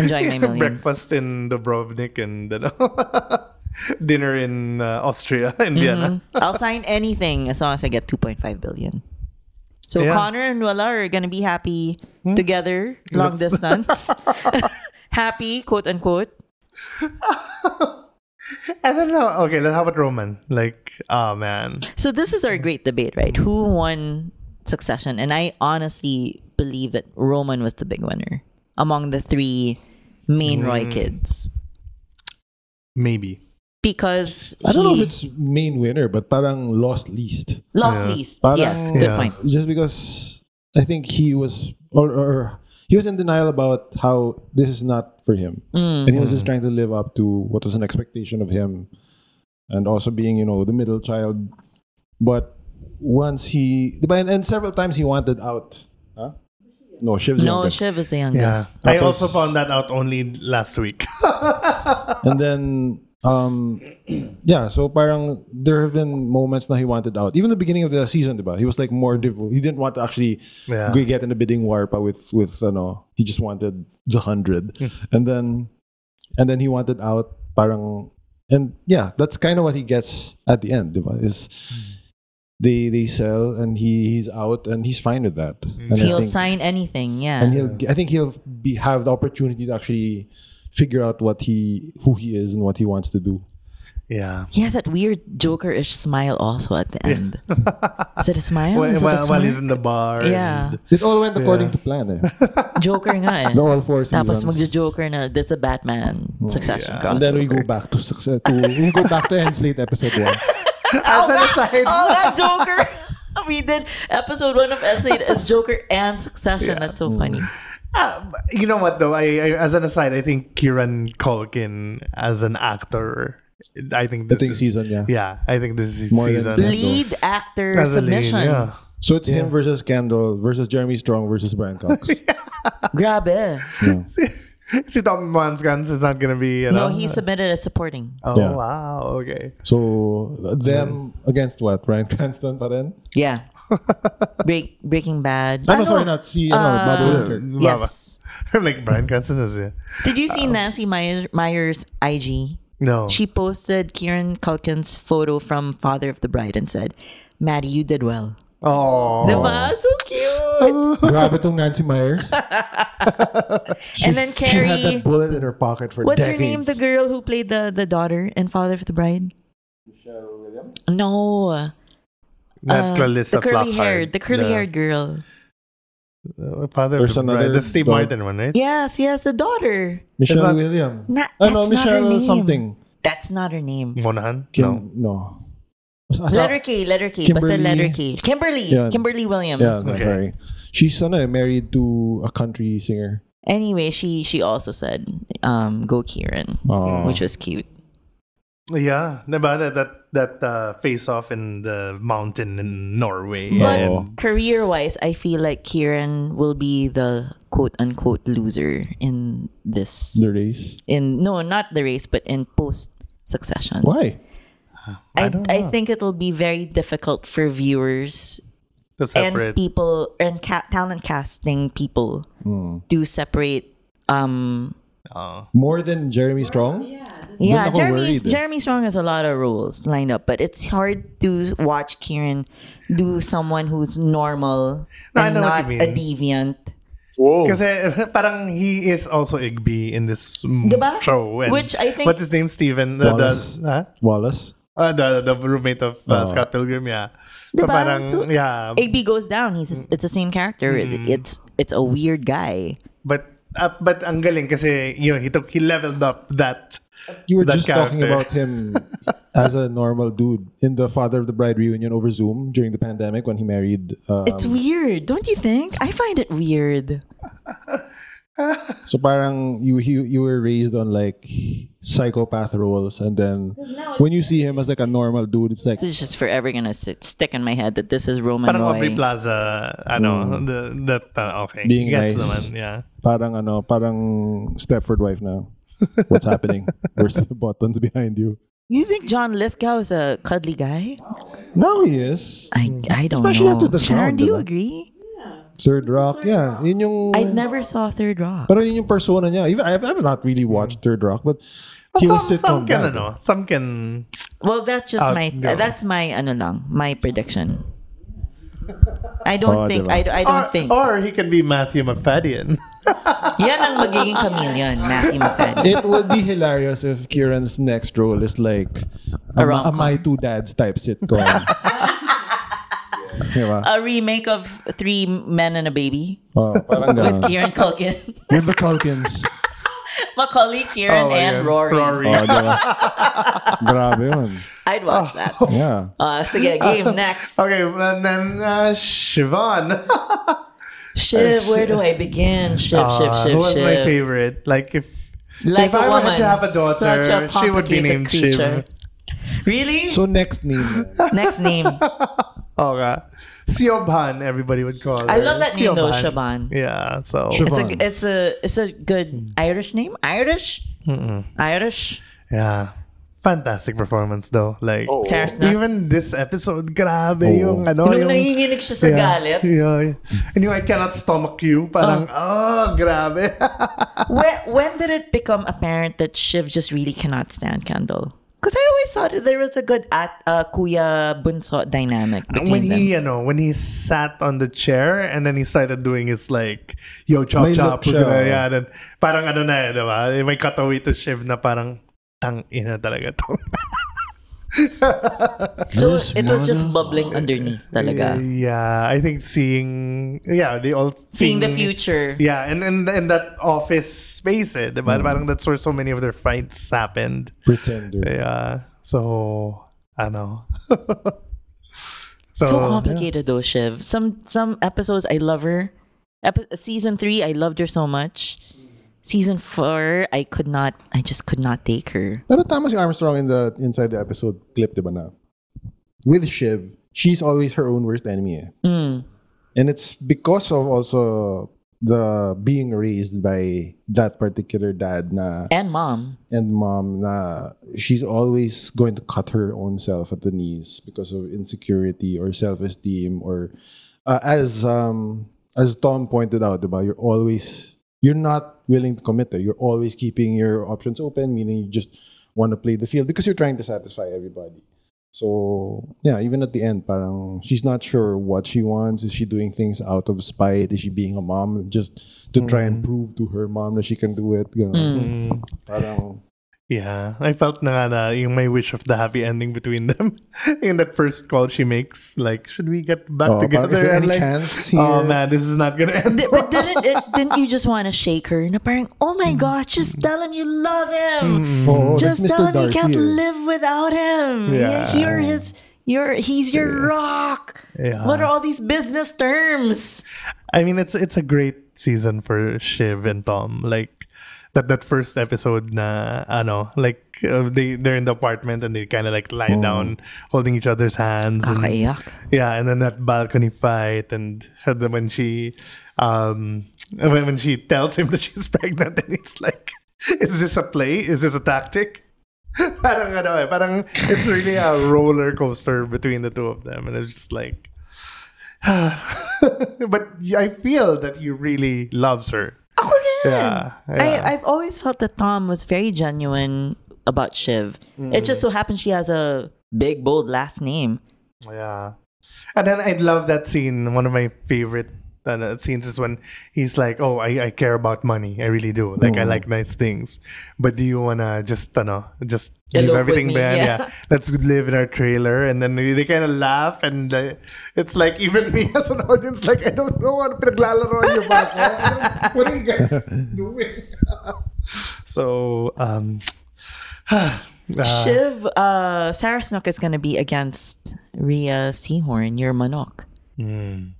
A: enjoying my millions.
B: Breakfast in Dubrovnik and ano, dinner in uh, Austria in Vienna.
A: Mhm. I'll sign anything as long as I get 2.5 billion. So
B: Yeah. Hmm?
A: Connor and Willa are gonna be happy together, long
B: Looks-
A: distance, happy, quote unquote.
B: I don't know. uh, Okay, let's how about Roman? Like, oh man.
A: So this is our great debate, right? Who won Succession? And I honestly believe that Roman was the big winner among the three main Roy
B: Hmm.
A: kids
B: Maybe.
A: because
C: I don't know
A: he
C: if it's main winner, but parang lost least.
A: lost
B: Yeah.
A: least.
C: Parang-
A: yes, good
B: Yeah.
A: point.
C: just because I think he was or, or he was in denial about how this is not for him,
A: Hmm.
C: and he was just trying to live up to what was an expectation of him, and also being you know the middle child. But once he, diba, and, and several times he wanted out. Huh? No, Shiv's
A: No,
C: youngest.
A: Shiv is the
B: Yeah.
A: youngest.
B: I
C: Tapos-
B: also found that out only last week.
C: and then um yeah so parang there have been moments na he wanted out even the beginning of the season diba he was like more div- he didn't want to actually
B: Yeah.
C: go get in a bidding war pa with with ano he just wanted the 100 and then and then he wanted out parang and yeah that's kind of what he gets at the end diba is they they sell and he he's out and he's fine with that and I
A: He'll
C: think-
A: sign anything. Yeah.
C: and he'll I think he'll be have the opportunity to actually figure out what he who he is and what he wants to do.
B: Yeah.
A: He has that weird Joker-ish smile also at the end. Is it a smile?
B: While,
A: Is it a
B: while, while he's
A: smirk?
B: in the bar.
A: Yeah.
B: and-
C: It all went according to plan eh.
A: Joker nga eh.
C: The all four
A: Tapos
C: seasons.
A: magjo-Joker na, that's a Batman succession
B: yeah.
C: Oh, And then we
A: crossover.
C: go back to success. To, we go back to End Slate episode 1.
B: As an aside,
A: Oh, that Joker! we did episode one of Essay as Joker and Succession. That's so funny.
B: uh, you know what though? I, I as an aside, I think Kieran Culkin as an actor. I think this
C: think
B: is-
C: season, yeah.
B: Yeah, I think this is
C: More than
B: season.
C: that.
A: Lead actor
B: As a lead,
A: submission.
B: yeah.
C: So it's him versus Kendall versus Jeremy Strong versus Brian Cox.
A: Grabe.
B: See, Tommy Monsgans is not gonna be. You know?
A: No, he submitted as supporting.
B: Oh
C: Yeah.
B: wow. Okay.
C: So uh, them against what? Ryan Cranston pa rin?
A: Yeah. Break, Breaking Bad.
C: Ano, Ah, sorry, not si, ano,
A: Uh,
C: Bobby Winter.
A: Yes.
B: like Brian Cranston is yeah.
A: Did you see Nancy Myers, Myers' IG?
B: No.
A: She posted Kieran Culkin's photo from Father of the Bride and said, Maddie, you did well.
B: Oh.
A: Diba? So cute.
C: Grabe tong Nancy Myers.
A: and then
C: She had that
A: Carrie.
C: bullet in her pocket for
A: What's
C: decades.
A: her name? The girl who played the, the daughter in Father of the Bride? No.
B: Not
A: uh,
B: Clarissa
A: the curly
B: Flockhart.
A: haired. The curly haired girl.
B: Uh, Father
C: There's
B: There's of the
C: another
B: Bride. That's Steve
C: dog.
B: Martin one, right?
A: Yes, yes, the daughter.
C: Michelle
B: It's not-
C: Williams.
A: Na-
C: Ah, no,
A: that's not her
C: Michelle
A: name.
C: something.
A: That's not her name.
B: Monahan?
C: Kim, no. Asa-
A: Letter K, letter K. Basta
C: Kimberly.
A: letter K. Kimberly.
C: Yeah.
A: Kimberly Williams.
C: Yeah, no,
B: Okay.
C: sorry. She's ano, eh, married to a country singer.
A: Anyway, she she also said, um, go Kieran.
B: Hmm.
C: Oh.
A: Which was cute.
B: No. Yeah. Diba? That that, that uh, face off in the mountain in Norway.
C: But-
B: and-
A: Career wise, I feel like Kieran will be the quote unquote loser in this
C: The race.
A: in no, not the race, but in post succession.
C: Why?
A: I, I, think it'll be very difficult for viewers
B: to
A: and
B: separate.
A: people and ca- talent casting people to separate um
B: Oh.
C: More than Jeremy Strong?
A: yeah
C: ako
A: Jeremy
C: worried eh.
A: Jeremy Strong has a lot of rules lined up but it's hard to watch Kieran do someone who's normal
B: No, I
A: and
B: know what
A: not
B: you
A: a deviant
C: Whoa.
B: Kasi parang he is also Igby in this m-
A: Diba?
B: show. And
A: Which I think-
B: What's his name? Steven? The, the,
C: Wallace.
B: huh?
C: Wallace.
B: Ah, the, the roommate of uh,
C: Oh.
B: Scott Pilgrim, yeah.
A: Diba?
B: So parang,
A: So- eh
B: yeah.
A: AB goes down he's it's the same character It-
C: Mm-hmm.
A: it's it's a weird guy
B: But uh, but ang galing kasi, you know, he took, he leveled up that
C: You were
B: That
C: just talking
B: character.
C: about him as a normal dude in the Father of the Bride reunion over Zoom during the pandemic when he married. Um,
A: it's weird don't you think I find it weird
C: so parang you, you you were raised on like psychopath roles, and then when you see him as like a normal dude, it's like
A: it's just forever gonna sit, stick in my head that this is Roman
B: Parang Aubrey
A: Roy.
B: Plaza, ano, the, that, uh, okay.
C: Mm. Being
B: Gets
C: nice.
B: naman, yeah.
C: parang ano, parang Stepford wife now. What's happening? Where's the buttons behind you?
A: You think John Lithgow is a cuddly guy?
C: Now he is
A: I, I don't
C: Especially
A: know.
C: after the
A: Sharon,
C: sound,
A: do you
C: diba?
A: agree?
C: Third Rock. Yeah, yun yung.
A: I never saw Third Rock.
C: Pero yun yung persona niya. Even I've, I've not really watched Third Rock, but he was
B: some, some can,
C: sitcom guy.
B: ano, some can,
A: Well, that's just
C: Uh,
B: Out,
A: my uh,
B: yeah.
A: that's my ano lang, my prediction. I don't
C: Oh,
A: think
C: diba?
A: I, I don't
B: or,
A: think.
B: or he can be Matthew McFadden.
A: Yan ang magiging chameleon, Matthew McFadden.
C: It would be hilarious if Kieran's next role is like a,
A: A
C: a
A: rom-com.
C: My Two Dads type sitcom. diba?
A: A remake of Three Men and a Baby
C: Oh,
A: with
C: parang ganun.
A: Kieran Culkin,
C: With the Culkins.
A: Macaulay, Kieran,
B: Oh my
A: and
B: God.
A: Rory.
B: Rory.
C: Oh, diba? Grabe yun.
A: I'd watch that.
B: Oh.
C: Yeah.
A: Uh, sige, game next.
C: Oh.
B: Okay, and then uh, Siobhan.
A: Shiv, where do I begin? Shiv, shiv,
C: Ah,
B: Uh,
A: shiv,
B: who was
A: shiv.
B: my favorite? Like if
A: Like
B: if
A: a
B: I
A: woman,
B: wanted to have a daughter,
A: such a
B: she would be
A: complicated
B: named
A: creature.
B: Shiv.
A: Really?
C: So next name.
A: Next name.
B: Oh god, Siobhan. Everybody would call. Her.
A: I love that name though, Siobhan.
B: Yeah, so
A: It's
C: Siobhan.
A: a it's a it's a
B: Hmm.
A: good Irish name. Irish. Irish.
B: yeah, fantastic performance though. Like
A: Sarah Snook.
B: even this episode, grabe
C: Oh.
B: yung ano
A: Nung
B: yung.
A: nanginginig siya sa galit.
B: yeah. And yung I cannot stomach you, parang, oh, grabe.
A: Where, when did it become apparent that Shiv just really cannot stand Kendall? Because I always thought that there was a good at uh, Kuya Bunso dynamic
B: when
A: between
B: he,
A: them.
B: you know, when he sat on the chair and then he started doing his like, yo, chop
C: May
B: chop,
C: look
B: we're gonna,
C: siya.
B: yeah, then, Eh, parang ano na, eh, diba? May cutaway to Shiv na parang, tang ina talaga to.
A: So
C: This
A: it was just
C: motherfucker.
A: bubbling underneath talaga.
B: Yeah, I think seeing yeah, they all
A: Seeing the future.
B: Yeah, and and, and that office space, eh,
C: Mm.
B: diba? Parang that's where so many of their fights happened.
C: Pretender.
B: Yeah. So, I know.
A: So, complicated though, Shiv. Some some episodes I love her. Epi- season three, I loved her so much. Season four, I could not. I just could not take her.
C: Pero tama si Armstrong in the inside the episode clip, di ba na? With Shiv, she's always her own worst enemy. eh. And it's because of also the being raised by that particular dad na
A: And mom,
C: and mom na she's always going to cut her own self at the knees because of insecurity or self-esteem or uh, as um as Tom pointed out about you're always you're not willing to commit eh. you're always keeping your options open meaning you just want to play the field because you're trying to satisfy everybody so yeah even at the end parang she's not sure what she wants is she doing things out of spite is she being a mom just to try and prove to her mom that she can do it you know parang
B: Yeah, I felt na nga na yung may wish of the happy ending between them in that first call she makes. Like, should we get back
C: Oh,
B: together?
C: parang, is there
B: And
C: any
B: like,
C: chance
B: Oh
C: here?
B: man, this is not gonna end.
A: Di- but didn't it, didn't you just want to shake her? Na parang, oh
B: Mm.
A: my gosh, just tell him you love him.
C: Oh, that's
A: Just tell him you can't
C: eh.
A: live without him.
B: Yeah.
A: Yeah. You're his. You're he's your rock.
B: Yeah.
A: What are all these business terms?
B: I mean, it's it's a great season for Shiv and Tom. Like that that first episode, na ano, like uh, they they're in the apartment and they kind of like lie down, holding each other's hands. and-
A: Kakaiyak.
B: yeah, and then that balcony fight, and the- when she um when, when she tells him that she's pregnant, and he's like, "Is this a play? Is this a tactic?" parang ano eh, parang it's really a roller coaster between the two of them, and it's just like. but I feel that he really loves her.
A: Ako rin.
B: Yeah, yeah.
A: I, I've always felt that Tom was very genuine about Shiv. It
B: Mm.
A: just so happens she has a big, bold last name.
B: Yeah. And then I love that scene. One of my favorite uh, scenes is when he's like, "Oh, I, I care about money. I really do. Like I
C: Mm.
B: like nice things. But do you wanna just, you know, just leave
A: Elope with
B: everything
A: me,
B: behind?
A: yeah.
B: Yeah. let's live in our trailer." And then they, they kind of laugh, and uh, it's like even me as an audience, like I don't know what pinaglalaro niyo ba ako? I don't- What are you guys doing? so, um, uh,
A: Shiv, uh, Sarah Snook is going to be against Rhea Seahorn, your manok
B: Mm.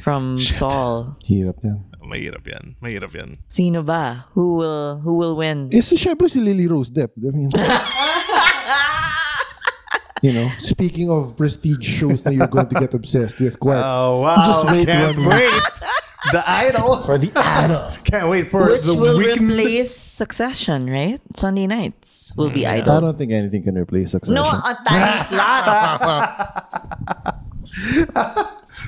A: from Saul.
C: Hirap yan.
B: mahirap yan, mahirap yan.
A: Sino ba? Who will who will win?
C: Eh, si, syempre si Lily Rose Depp. I mean, you know, speaking of prestige shows that you're going to get obsessed with, quite.
A: Uh,
B: Oh wow!
C: Just wait
B: Can't
C: one
B: wait. the idol for the idol. Can't wait for
A: Which
B: the
A: will
B: weekend.
A: replace Succession, right? Sunday nights will be
C: I
A: idol.
C: don't think anything can replace Mm, Succession.
A: No, a time slot.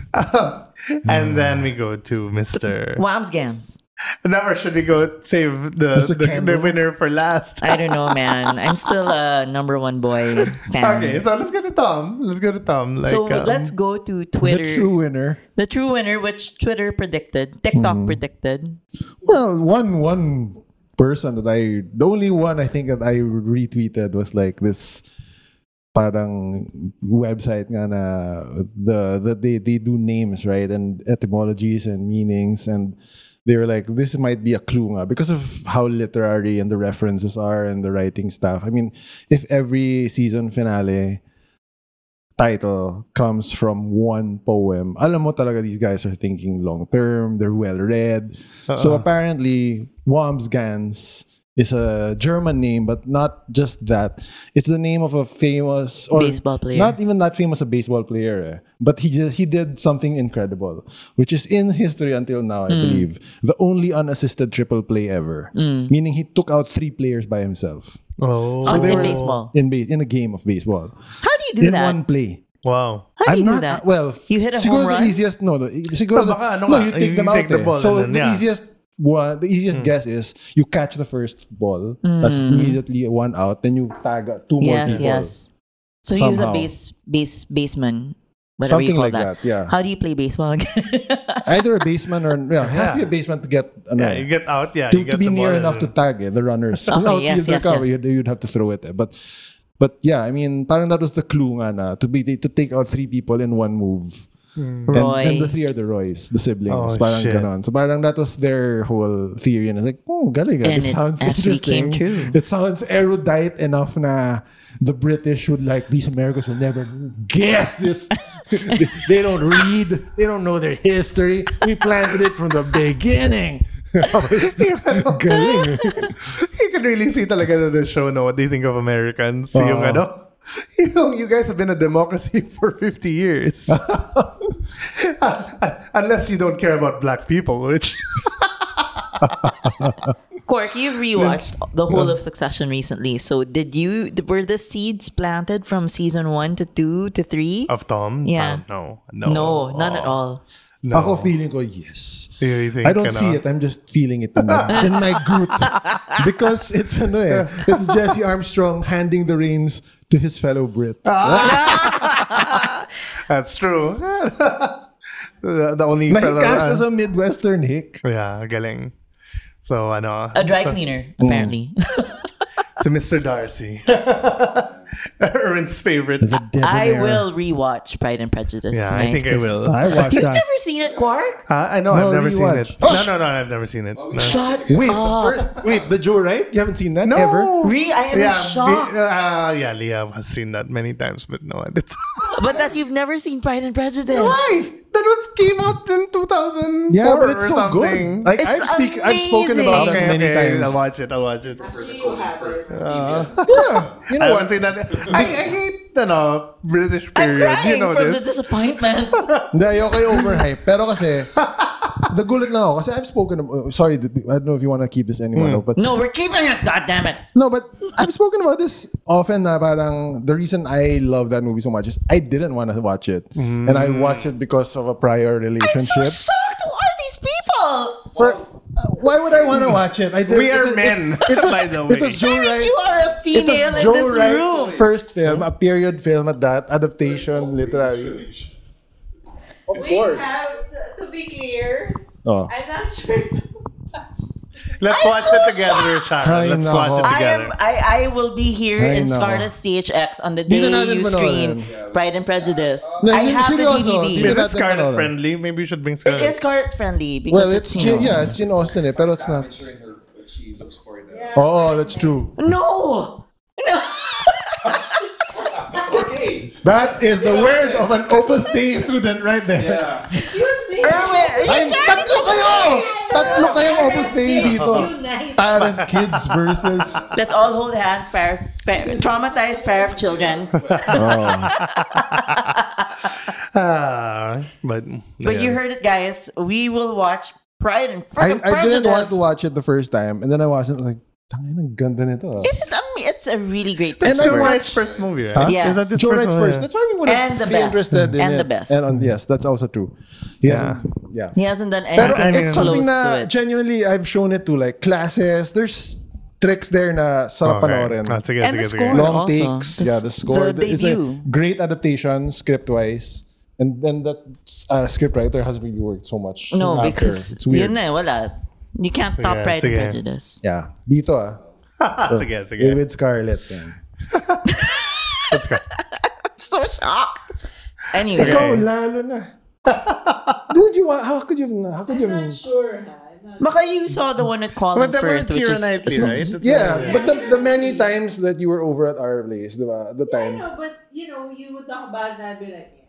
B: and then we go to Mr.
A: Wams gams.
B: Now, or should we go save the
C: Mr.
B: the, the
C: Campbell?
B: winner for last?
A: I don't know, man. I'm still a number one boy fan.
B: Okay, so let's go to Tom. Let's go to Tom. Like,
A: so
B: um,
A: let's go to
C: The
A: Twitter.
C: true winner.
A: The true winner, which Twitter predicted, TikTok
C: Hmm.
A: predicted.
C: Well, one one person that I the only one I think that I retweeted was like this parang website nga na the that they they do names right and etymologies and meanings and they were like this might be a clue nga because of how literary and the references are and the writing stuff. I mean, if every season finale title comes from one poem, alam mo talaga these guys are thinking long term, they're well read.
B: uh,
C: So
A: Uh-uh.
C: apparently, Wamsgans is a German name, but not just that. It's the name of a famous or
A: Baseball player.
C: Not even that famous a baseball player, eh. but he just, he did something incredible, which is in history until now, I
A: Hmm.
C: believe, the only unassisted triple play ever.
A: Hmm.
C: Meaning he took out three players by himself
B: oh
A: Oh,
C: they
A: in
C: were-
A: baseball.
C: in base in a game of baseball
A: How do you do
C: in
A: that?
C: one play.
B: wow.
A: How do
C: I'm
A: you do
C: not
A: that?
C: uh, well.
A: you hit a home
C: siguro the
A: run.
C: easiest no, no i- siguro
B: No,
C: the-
B: baka ano
C: no,
B: nga,
C: you
B: you
C: take them
B: take
C: out.
B: the
C: eh.
B: ball
C: so
B: and then,
C: the
B: yeah. Hmm.
C: easiest one, the easiest guess is you catch the first ball, that's immediately one out, then you tag out two more
A: Hmm. yes,
C: people.
A: yes. So you use a
C: Somehow.
A: base, base, baseman. Whatever you
C: Something
A: call
C: like that, yeah.
A: How do you play baseball? again?
C: Either a baseman or yeah, it has to be
B: Yeah.
C: a baseman to get ano, eh,
B: Yeah, you get out. Yeah,
C: to,
B: you get
C: to be
B: the
C: near
B: ball
C: enough to
B: and-
C: tag eh, the runners. Kung
A: Okay, yes,
C: outfielder
A: yes,
C: ka,
A: yes.
C: You'd, you'd have to throw it. eh. But But yeah, I mean, parang that was the clue nga na to be to take out three people in one move. And-
A: Roy.
C: And, the three are the Roys, the
B: Oh,
C: siblings. parang
B: shit.
C: ganon. So parang that was their whole theory. And I was like, oh, galing.
A: And
C: ah.
A: it
C: This sounds
A: actually
C: interesting.
A: came true.
C: It sounds erudite enough na the British would like, these Americans will never guess this. they, they don't read. They don't know their history. We planted it from the beginning. galing.
B: you can really see talaga na the show no what they think of Americans. yung
C: Ah.
B: ano, yung you guys have been a democracy for 50 years. Unless you don't care about black people, which
A: Cork, you've rewatched the whole of Succession recently. So did you were the seeds planted from season one to two to three?
B: of Tom, Uh,
A: Yeah.
B: no, no, Oh.
A: no, none at all.
B: No.
C: Ako feeling ko, yes.
B: You think,
C: I don't
B: ano?
C: see it. I'm just feeling it in my, in my gut. Because it's ano eh. It's Jesse Armstrong handing the reins to his fellow Brit.
B: Ah, That's true. the, the only fellow-
C: Nahikast as a Midwestern hick.
B: yeah, galing. So ano,
A: A dry cleaner,
B: Mm.
A: apparently.
B: so Mr. Darcy, Erin's favorite.
A: I will rewatch Pride and Prejudice.
B: Yeah, I
A: tonight,
B: think I
A: 'cause-
B: will.
C: I watched
A: You've
C: that.
A: never seen it, Quark?
B: Uh, I know,
C: No,
B: I've never seen
C: rewatch.
B: it. No, no, no, I've never seen it. No.
A: Shut
C: Wait, the
A: up.
C: first, wait, the Joe, right? You haven't seen that
B: No.
C: ever?
A: Really? I am
B: yeah,
A: shocked.
B: be- uh, yeah, Leah has seen that many times, but no, I did.
A: but that you've never seen Pride and Prejudice.
B: That was came out in 2004
C: Yeah, but it's so good. Like
A: It's
C: I've speak, I've spoken about
B: okay,
C: that many
B: okay,
C: times.
B: I'll watch it. I'll watch it. Uh,
C: Yeah, you
B: I
C: know what?
B: haven't seen that. I, I hate the no, British
A: I'm
B: period.
A: crying
B: You know
A: from the
B: this.
A: disappointment.
C: Hindi, ayoko yung overhype. Pero kasi, nagulat lang ako. Kasi I've spoken, uh, sorry, I don't know if you want to keep this anymore,
B: Mm.
C: but
A: no, we're keeping it. God damn it.
C: No, but I've spoken about this often. Na parang the reason I love that movie so much is I didn't want to watch it,
B: Mm.
C: and I watched it because of a prior
A: I'm so
C: relationship.
A: shocked. Who are these people?
C: For- uh, why would I want to watch it? I did,
B: We are
C: it- it-
B: men,
C: It, was,
B: by the way.
C: It was Joe
A: Karen,
C: Wright.
A: you are a
C: It
A: female
C: was
A: in
C: Joe
A: this
C: Wright's
A: room.
C: first film, a period film at that, adaptation, literary. Of course.
A: have, to be clear,
C: Oh.
A: I'm not sure.
B: Let's
A: I'm
B: watch
A: so
B: it together, Sharon.
C: Ay,
B: Let's
C: nako.
B: watch it
A: I
B: together.
A: am. I, I will be here
C: Ay,
A: in
C: nako.
A: Stardust CHX on the
C: Di
A: day
C: na natin
A: you
C: panoorin.
A: screen Pride and Prejudice.
C: No,
A: I have the
C: seryoso, di
A: DVD.
B: Is
C: na-
B: it Scarlet
C: Panoorin.
B: friendly? Maybe you should bring
A: It
B: Scarlet.
A: is card friendly because
C: Well, it's
A: you know.
C: yeah, it's in Austin, eh, pero it's not.
E: Picturing her, what she looks for now.
C: Oh, that's true.
A: No, no.
E: Okay.
C: That is the word of an Opus Dei student right there.
A: Erwin, are you
C: Ay,
A: sure?
C: tatlo kayo! Tatlo kayong Opus Dei dito.
A: Unite.
C: Parent kids versus...
A: Let's all hold hands, pair, pair, traumatized pair of children.
B: Oh. Ah, but
A: But you
B: yeah.
A: heard it, guys. We will watch Pride and
C: I,
A: frickin'
C: I didn't want
A: Prejudice.
C: to watch it the first time. And then I watched it and I was like, tangin, ang ganda nito. ah."
A: It is a, it's a really great
C: And I
B: Joe
A: picture.
B: Wright's
C: watched-
B: first movie, right?
C: Huh?
A: Yes.
B: Is that his
C: Joe
B: first
C: Wright
B: movie?
C: first. That's why we
A: And
C: wouldn't
A: the
C: be
A: best.
C: interested in
A: And
C: it.
A: the best.
C: And on, yes, that's also true. He yeah. yeah.
A: He hasn't done anything
C: Pero
B: mean-
C: it's something
A: close to
C: na
A: it.
C: genuinely I've shown it to like classes. There's tricks there na sarap panoorin.
B: Ah, sige,
A: And
B: sige,
A: the
B: sige.
A: score.
C: long
A: also.
C: takes.
A: The s-
C: yeah, the score.
A: the
C: it's a
A: debut.
C: great adaptation script wise. And then that uh, script writer has really worked so much.
A: No,
C: after.
A: because
C: it's weird.
A: yun na, eh, wala. You can't top
B: Yeah,
A: Pride and
B: sige.
A: Prejudice.
C: yeah, dito ah.
B: Ah, sige, sige.
C: With Scarlett. Yeah.
B: Let's go.
A: I'm so shocked. Anyway,
C: Ikaw, lalo na. Dude, you, ah, how could you have, how could you have,
A: baka you saw the one with Colin
B: But that
A: Firth,
B: was
A: which
B: Keira
A: is
B: Knightley, right? It's
C: yeah, but the, the many times that you were over at our place, di ba? The time.
F: No, but you know, you would talk about it and I'd be like, yeah.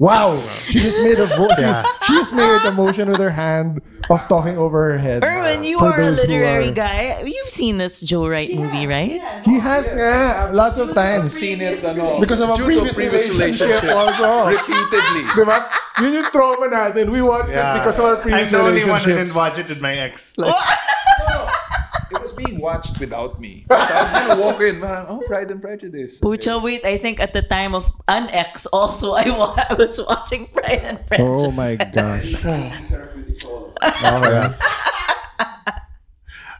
C: Wow! She just made a vo-
B: Yeah.
C: she, she just made a motion with her hand of talking over her head. uh,
A: Erwin, you
C: For
A: are a
C: those who
A: literary
C: are-
A: guy. You've seen this Joe Wright movie, right?
C: He has nga, lots of times.
E: Seen it
F: Oh,
E: ano,
C: Because of a
E: due to
C: previous, relationship, also.
E: Repeatedly.
C: diba? Yun yung trauma natin. We watched it because of our previous
B: I'm the only one who didn't
C: relationships.
B: watch it with my ex.
E: It was being watched without me. So I'm gonna walk in, parang, oh, Pride and Prejudice.
A: Pucha, wait, I think at the time of Unex also, I, wa- I was watching Pride and Prejudice.
C: Oh my gosh.
E: Therapeutic solo.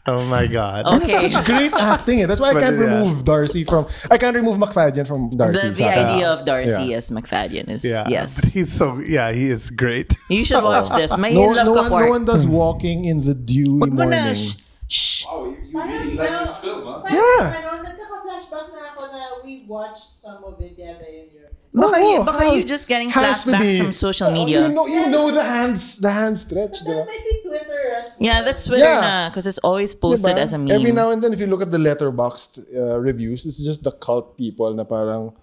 B: Oh my god.
A: Okay.
C: Such great acting. Eh. That's why I
B: But,
C: can't
B: yeah.
C: remove Darcy from. I can't remove McFadden from Darcy.
A: The, the
C: sa akin.
A: idea of Darcy
C: Yeah. Oh.
A: as McFadden is
B: Yeah. But
A: yes.
B: he's so yeah, he is great.
A: You should watch this. May
C: No,
A: love
C: no,
A: ka
C: one,
A: for
C: no one does walking in the dewy
A: Wag mo na.
C: morning.
A: Shh. Shh.
E: Oh, you, you really like this film, huh?
C: Yeah.
F: Ano, nagkaka-flashback na ako na we watched some of it the other in your
A: Baka, you,
C: Oo,
A: baka
C: ha-
A: you just getting
C: Oh, has to
A: flashbacks
C: be.
A: from social
C: Oh,
A: media.
C: you know, you know the hands, the hand stretch,
F: That
C: diba?
F: might be Twitter as well.
A: Yeah, that's Twitter na
C: Yeah.
A: because it's always posted
C: Diba?
A: as a meme.
C: Every now and then, if you look at the letterboxed uh, reviews, it's just the cult people na parang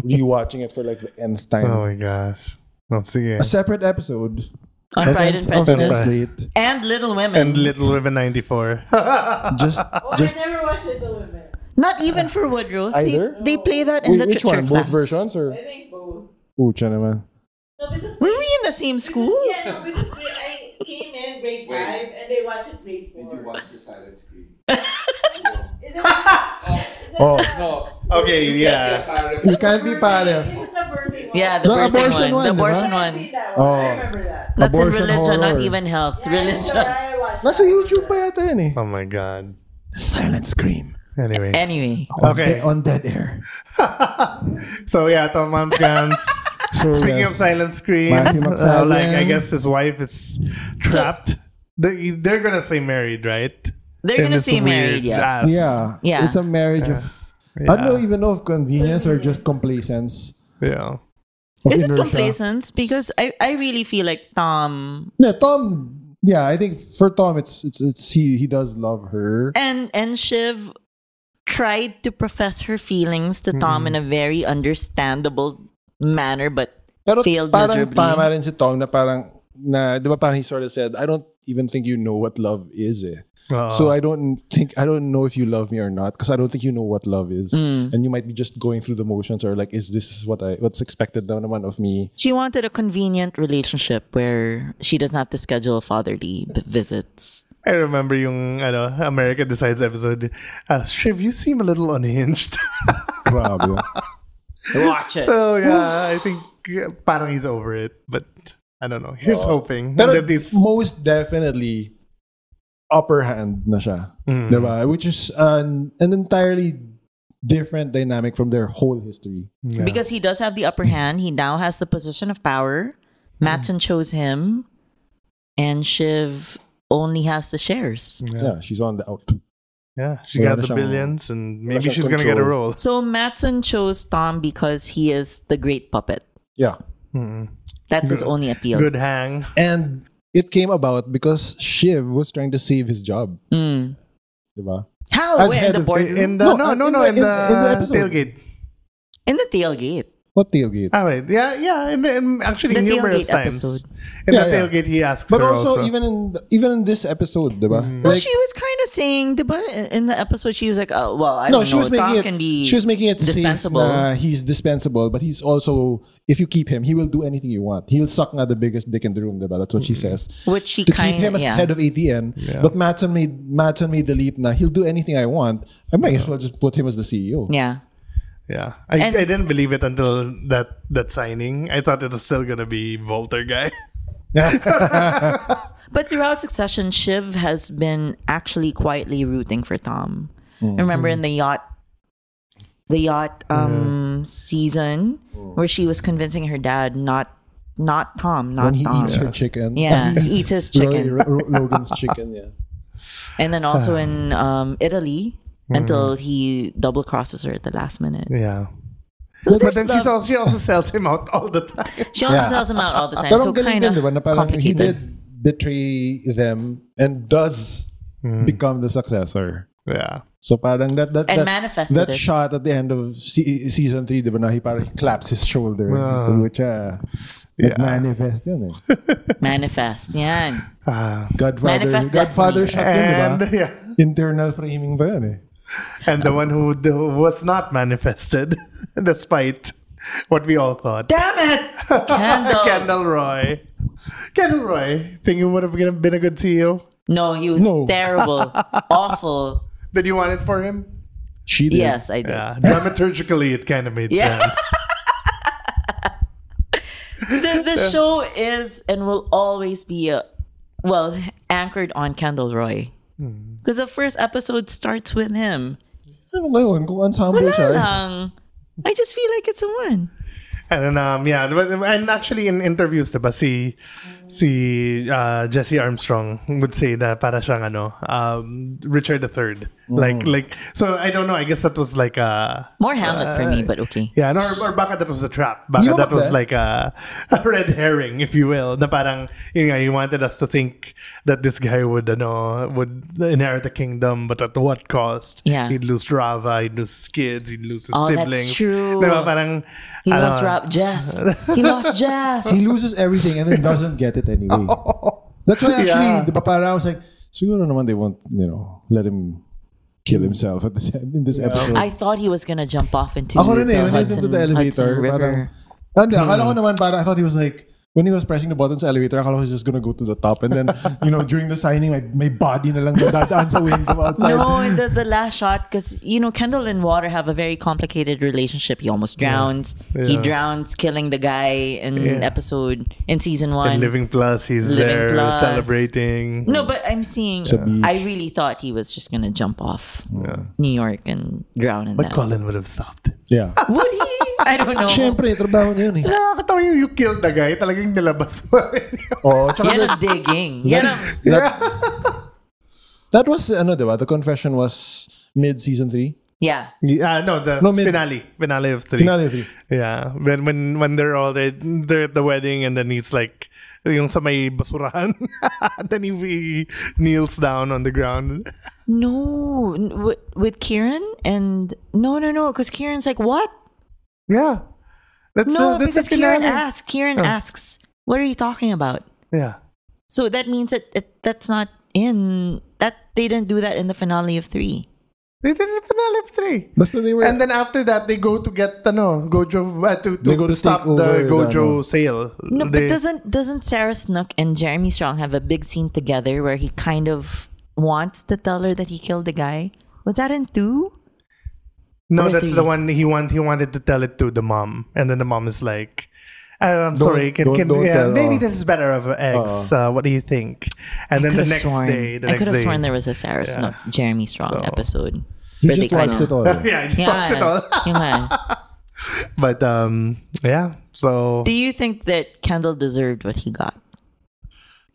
C: rewatching it for like the nth time.
B: Oh my gosh. Let's see.
C: A separate episode.
A: on Pride and
C: Offense- offense
A: Prejudice
C: rate.
A: and Little Women.
B: And Little Women 94.
C: Just,
F: Oh,
C: just
F: I never watched Little Women.
A: Not even for Woodrose. They,
C: Either?
A: they play that in
C: wait, which
A: literature
C: one?
A: class.
C: Both versions or?
F: I think both.
C: Ooh, siya naman.
F: No, because
A: Were we in the same school?
F: Because, yeah, no, because we, I came in grade
E: Wait.
F: five and they watched it grade
E: Did you
F: four.
E: watch the silent screen?
F: Is it? is it
C: Oh.
E: No.
B: Okay,
E: You
B: yeah.
E: can't be a
C: You
E: pirate.
C: can't be
F: burning-
C: paref.
F: Is it the burning one?
A: Yeah, the,
C: The
A: birthing
C: abortion
A: one. The
C: one,
A: abortion
F: I
A: one.
F: see that one. I
C: Oh.
F: remember that.
A: That's in
C: Abortion
A: religion, not
C: horror.
A: even health.
F: Yeah, I'm sure
A: religion.
F: I watched
C: Nasa
F: that.
C: YouTube pa yata yan eh.
B: Oh my god.
C: The Silent Scream.
B: Anyway.
A: Anyway,
B: Okay.
C: On, dead air.
B: so yeah, Tom Hanks.
C: So,
B: Speaking
C: yes.
B: of silent screen,
C: Matthew
B: uh, like I
C: McFadden.
B: guess his wife is trapped. they, they're gonna say married, right?
A: they're
B: And
A: gonna
B: it's
A: say married,
B: weird.
A: yes.
B: Yes.
C: Yeah.
A: Yeah.
C: It's a marriage of. I don't even know if convenience or just complacence.
B: Yeah.
C: of
A: Is it
C: inertia.
A: complacence? Because I, I really feel like Tom
C: Yeah, Tom. Yeah, I think for Tom, it's it's it's he he does love her.
A: and and Shiv tried to profess her feelings to Tom in a very understandable manner, but
C: Pero
A: failed
C: parang
A: miserably.
C: tama rin si Tom na parang na, di ba parang he sort of said, I don't even think you know what love is eh.
B: Uh-oh.
C: So I don't think I don't know if you love me or not because I don't think you know what love is,
A: Hmm.
C: and you might be just going through the motions or like, is this what I what's expected na naman of me?
A: she wanted a convenient relationship where she doesn't have to schedule fatherly b- visits.
B: I remember yung ano, America Decides episode. Uh, Shiv, you seem a little unhinged.
C: Grabe.
A: Watch it.
B: so yeah, I think yeah, parang he's over it, but I don't know. Here's hoping
C: Pero
B: that this
C: most definitely upper hand na siya.
B: Mm.
C: Diba? Which is an, an entirely different dynamic from their whole history.
B: Yeah.
A: Because he does have the upper hand. He now has the position of power. Matson chose him, and Shiv only has the shares.
C: Yeah, she's on the out.
B: yeah, she
C: Wala
B: got
C: na
B: the
C: siyang-
B: billions, and
C: wala
B: maybe
C: siyang
B: she's gonna get a
C: control.
B: role.
A: So Matson chose Tom because he is the great puppet.
C: Yeah.
B: Mm.
A: That's his only appeal.
B: Good hang.
C: And it came about because Shiv was trying to save his job.
A: Mm.
C: Diba?
A: How?
C: As
A: Where?
C: head
A: The
C: of-
A: boardroom?
B: In the,
C: No,
B: no, no,
C: uh,
B: no,
C: in
B: no,
C: the-
B: in, the,
C: in- in the episode.
B: tailgate.
A: In the tailgate.
C: What tailgate?
B: Ah, wait. Yeah, yeah. In, the, in actually
A: The
B: numerous
A: tailgate
B: times.
A: episode.
B: In
C: Yeah,
B: the
C: yeah.
B: tailgate, he asks
C: but
B: her
C: also, even in the- even in this episode, diba?
B: Mm.
A: Well,
C: Like,
A: she was kind of saying, but in the episode, she was like, "Oh, well, I
C: no,
A: don't
C: she
A: know.
C: was
A: Tom
C: making
A: can
C: it.
A: be
C: She was making it
A: dispensable."
C: Safe na he's dispensable, but he's also if you keep him, he will do anything you want. He'll suck na the biggest dick in the room, diba? That's what she says.
A: Mm. Which she
C: to
A: kind
C: keep him
A: of
C: as
A: yeah.
C: head of ATN. But Matson made Matson made the leap now. He'll do anything I want. I might as well just put him as the E CEO.
A: yeah.
B: yeah, I,
A: and-
B: I didn't believe it until that that signing. I thought it was still gonna be Volter guy.
A: But throughout Succession, Shiv has been actually quietly rooting for Tom.
C: Mm-hmm.
A: Remember in the yacht, the yacht um, season
C: Mm.
A: where she was convincing her dad not, not Tom, not
C: When he
A: Tom.
C: eats her chicken.
A: Yeah,
C: When
A: he eats his chicken.
C: Ro- Ro- Logan's chicken, yeah.
A: And then also in um, Italy
C: Mm-hmm.
A: until he double crosses her at the last minute.
B: Yeah,
A: So
B: but
A: there's
B: then
A: love.
B: she's all, she also sells him out all the time.
A: She also
C: Yeah.
A: sells him out all the time.
C: Pero
A: so
C: ang galing
A: kind
C: din, di ba, na parang
A: of
C: he did
A: complicated.
C: betray them and does
A: Mm.
C: become the successor.
B: Yeah,
C: So parang that that
A: And
C: that,
A: manifested
C: that
A: it.
C: shot at the end of se- season 3, di ba, na he parang claps his shoulder. which, uh,
B: Ah. Yeah.
C: manifest yun eh.
A: Manifest. Yan.
C: Godfather,
A: Manifest
C: Godfather
A: destiny.
C: shot yun, di ba?
B: and yeah,
C: Internal framing ba yun eh.
B: and the one who, who was not manifested, despite what we all thought.
A: Damn it! Kendall.
B: Kendall Roy. Kendall Roy. Think he would have been a good CEO?
A: No, he was
C: No.
A: terrible. awful.
B: Did you want it for him?
C: She did.
A: Yes, I did.
B: Yeah, dramaturgically, it kind of made
A: Yeah.
B: sense.
A: The, the show is and will always be, uh well, anchored on Kendall Roy.
C: Hmm.
A: Because the first episode starts with him.
C: Ano ngayon? Kung ensemble
A: Wala
C: siya. eh.
A: lang. I just feel like it's a one.
B: And then, um, yeah, but, and actually in interviews, diba, si, si uh, Jesse Armstrong would say that para siyang ano, um, Richard III. Like, like, so I don't know, I guess that was like a,
A: More Hamlet for me, but okay.
B: yeah, no, or, or baka that was a trap. Baka
C: You know
B: that
C: what
B: was
C: the-
B: like a, a red herring, if you will. Na parang, yun nga, you wanted us to think that this guy would, ano, would inherit the kingdom, but at what cost?
A: Yeah.
B: He'd lose Rava, he'd lose his kids, he'd lose his
A: Oh, that's
B: siblings.
A: true.
B: Diba, parang,
A: He
B: ano,
A: lost Rob Jess. He lost Jess.
C: He loses everything and then doesn't get it anyway. That's why actually,
B: Oh. Yeah.
C: the diba, parang I was like, siguro naman they won't, you know, let him kill himself at this in this episode.
A: I thought he was gonna jump off into
C: Ako rin
A: the
C: eh, when I was into the
A: Hudson-
C: elevator,
A: Hudson River.
C: parang, and, akala ko naman, parang, I thought he was like, when he was pressing the buttons sa elevator, akala ko he was just gonna go to the top. And then, you know, during the signing, my, my body na lang dadaan sa window outside.
A: No, in the, the last shot, because you know Kendall and Water have a very complicated relationship. He almost drowns. He
B: Yeah.
A: drowns, killing the guy in
B: Yeah.
A: episode in season
B: in
A: one.
B: Living Plus, he's
A: Living
B: there
A: Plus.
B: celebrating.
A: no, but I'm seeing.
C: Sa beach.
A: I really thought he was just gonna jump off New York and drown in that.
B: But Colin would have stopped.
C: Yeah.
A: Would he? I don't know.
C: Siyempre, trabaho niya yun eh.
B: Nakakatawa yung you killed Ah, the guy, talagang nilabas mo rin yun.
C: Oh, tsaka
A: Yan ang digging. Yan ang,
C: That, that was, ano, diba? The confession was mid-season 3?
A: yeah.
B: Yeah, Ah, no, the
C: No, mid-
B: finale. Finale of three.
C: Finale 3.
B: Yeah, when when when they're all they're, they're at the wedding and then he's like yung sa may basurahan then he, he kneels down on the ground.
A: No, n- wi- with Kieran and no, no, no, because Kieran's like, what?
B: Yeah. That's
A: No,
B: uh, that's
A: because
B: the
A: Kieran
B: finale.
A: asks. Kieran
B: Oh.
A: asks, "What are you talking about?"
B: Yeah.
A: So that means that it, that's not in that they didn't do that in the finale of three.
B: They did the finale of 3.
C: Basta they were,
B: And then after that they go to get ano, Gojo uh, to,
C: They
B: to,
C: go to
B: stop
C: take
B: the
C: over the,
B: Gojo
C: ano.
B: sale.
A: No, but
B: They-
A: doesn't doesn't Sarah Snook and Jeremy Strong have a big scene together where he kind of wants to tell her that he killed the guy? Was that in two?
B: No,
A: Or
B: that's
A: three.
B: the one he want. He wanted to tell it to the mom, and then the mom is like, "Uh, "I'm sorry, can,
C: don't-
B: can
C: don't
B: yeah,
C: tell,
B: maybe
C: uh,
B: this is better of an ex. Uh, what do you think?"
A: I
B: And then the
A: could've
B: next
A: sworn,
B: day,
A: I
B: the next
A: could have
B: day,
A: sworn there was a Sarah Snook Jeremy Strong
B: So-
A: episode.
C: he
A: where they
C: just watched
A: kinda-
C: it all. eh.
B: yeah, he just
A: Yeah,
B: stops it all.
A: yun nga.
B: But um, yeah, so
A: Do you think that Kendall deserved what he got?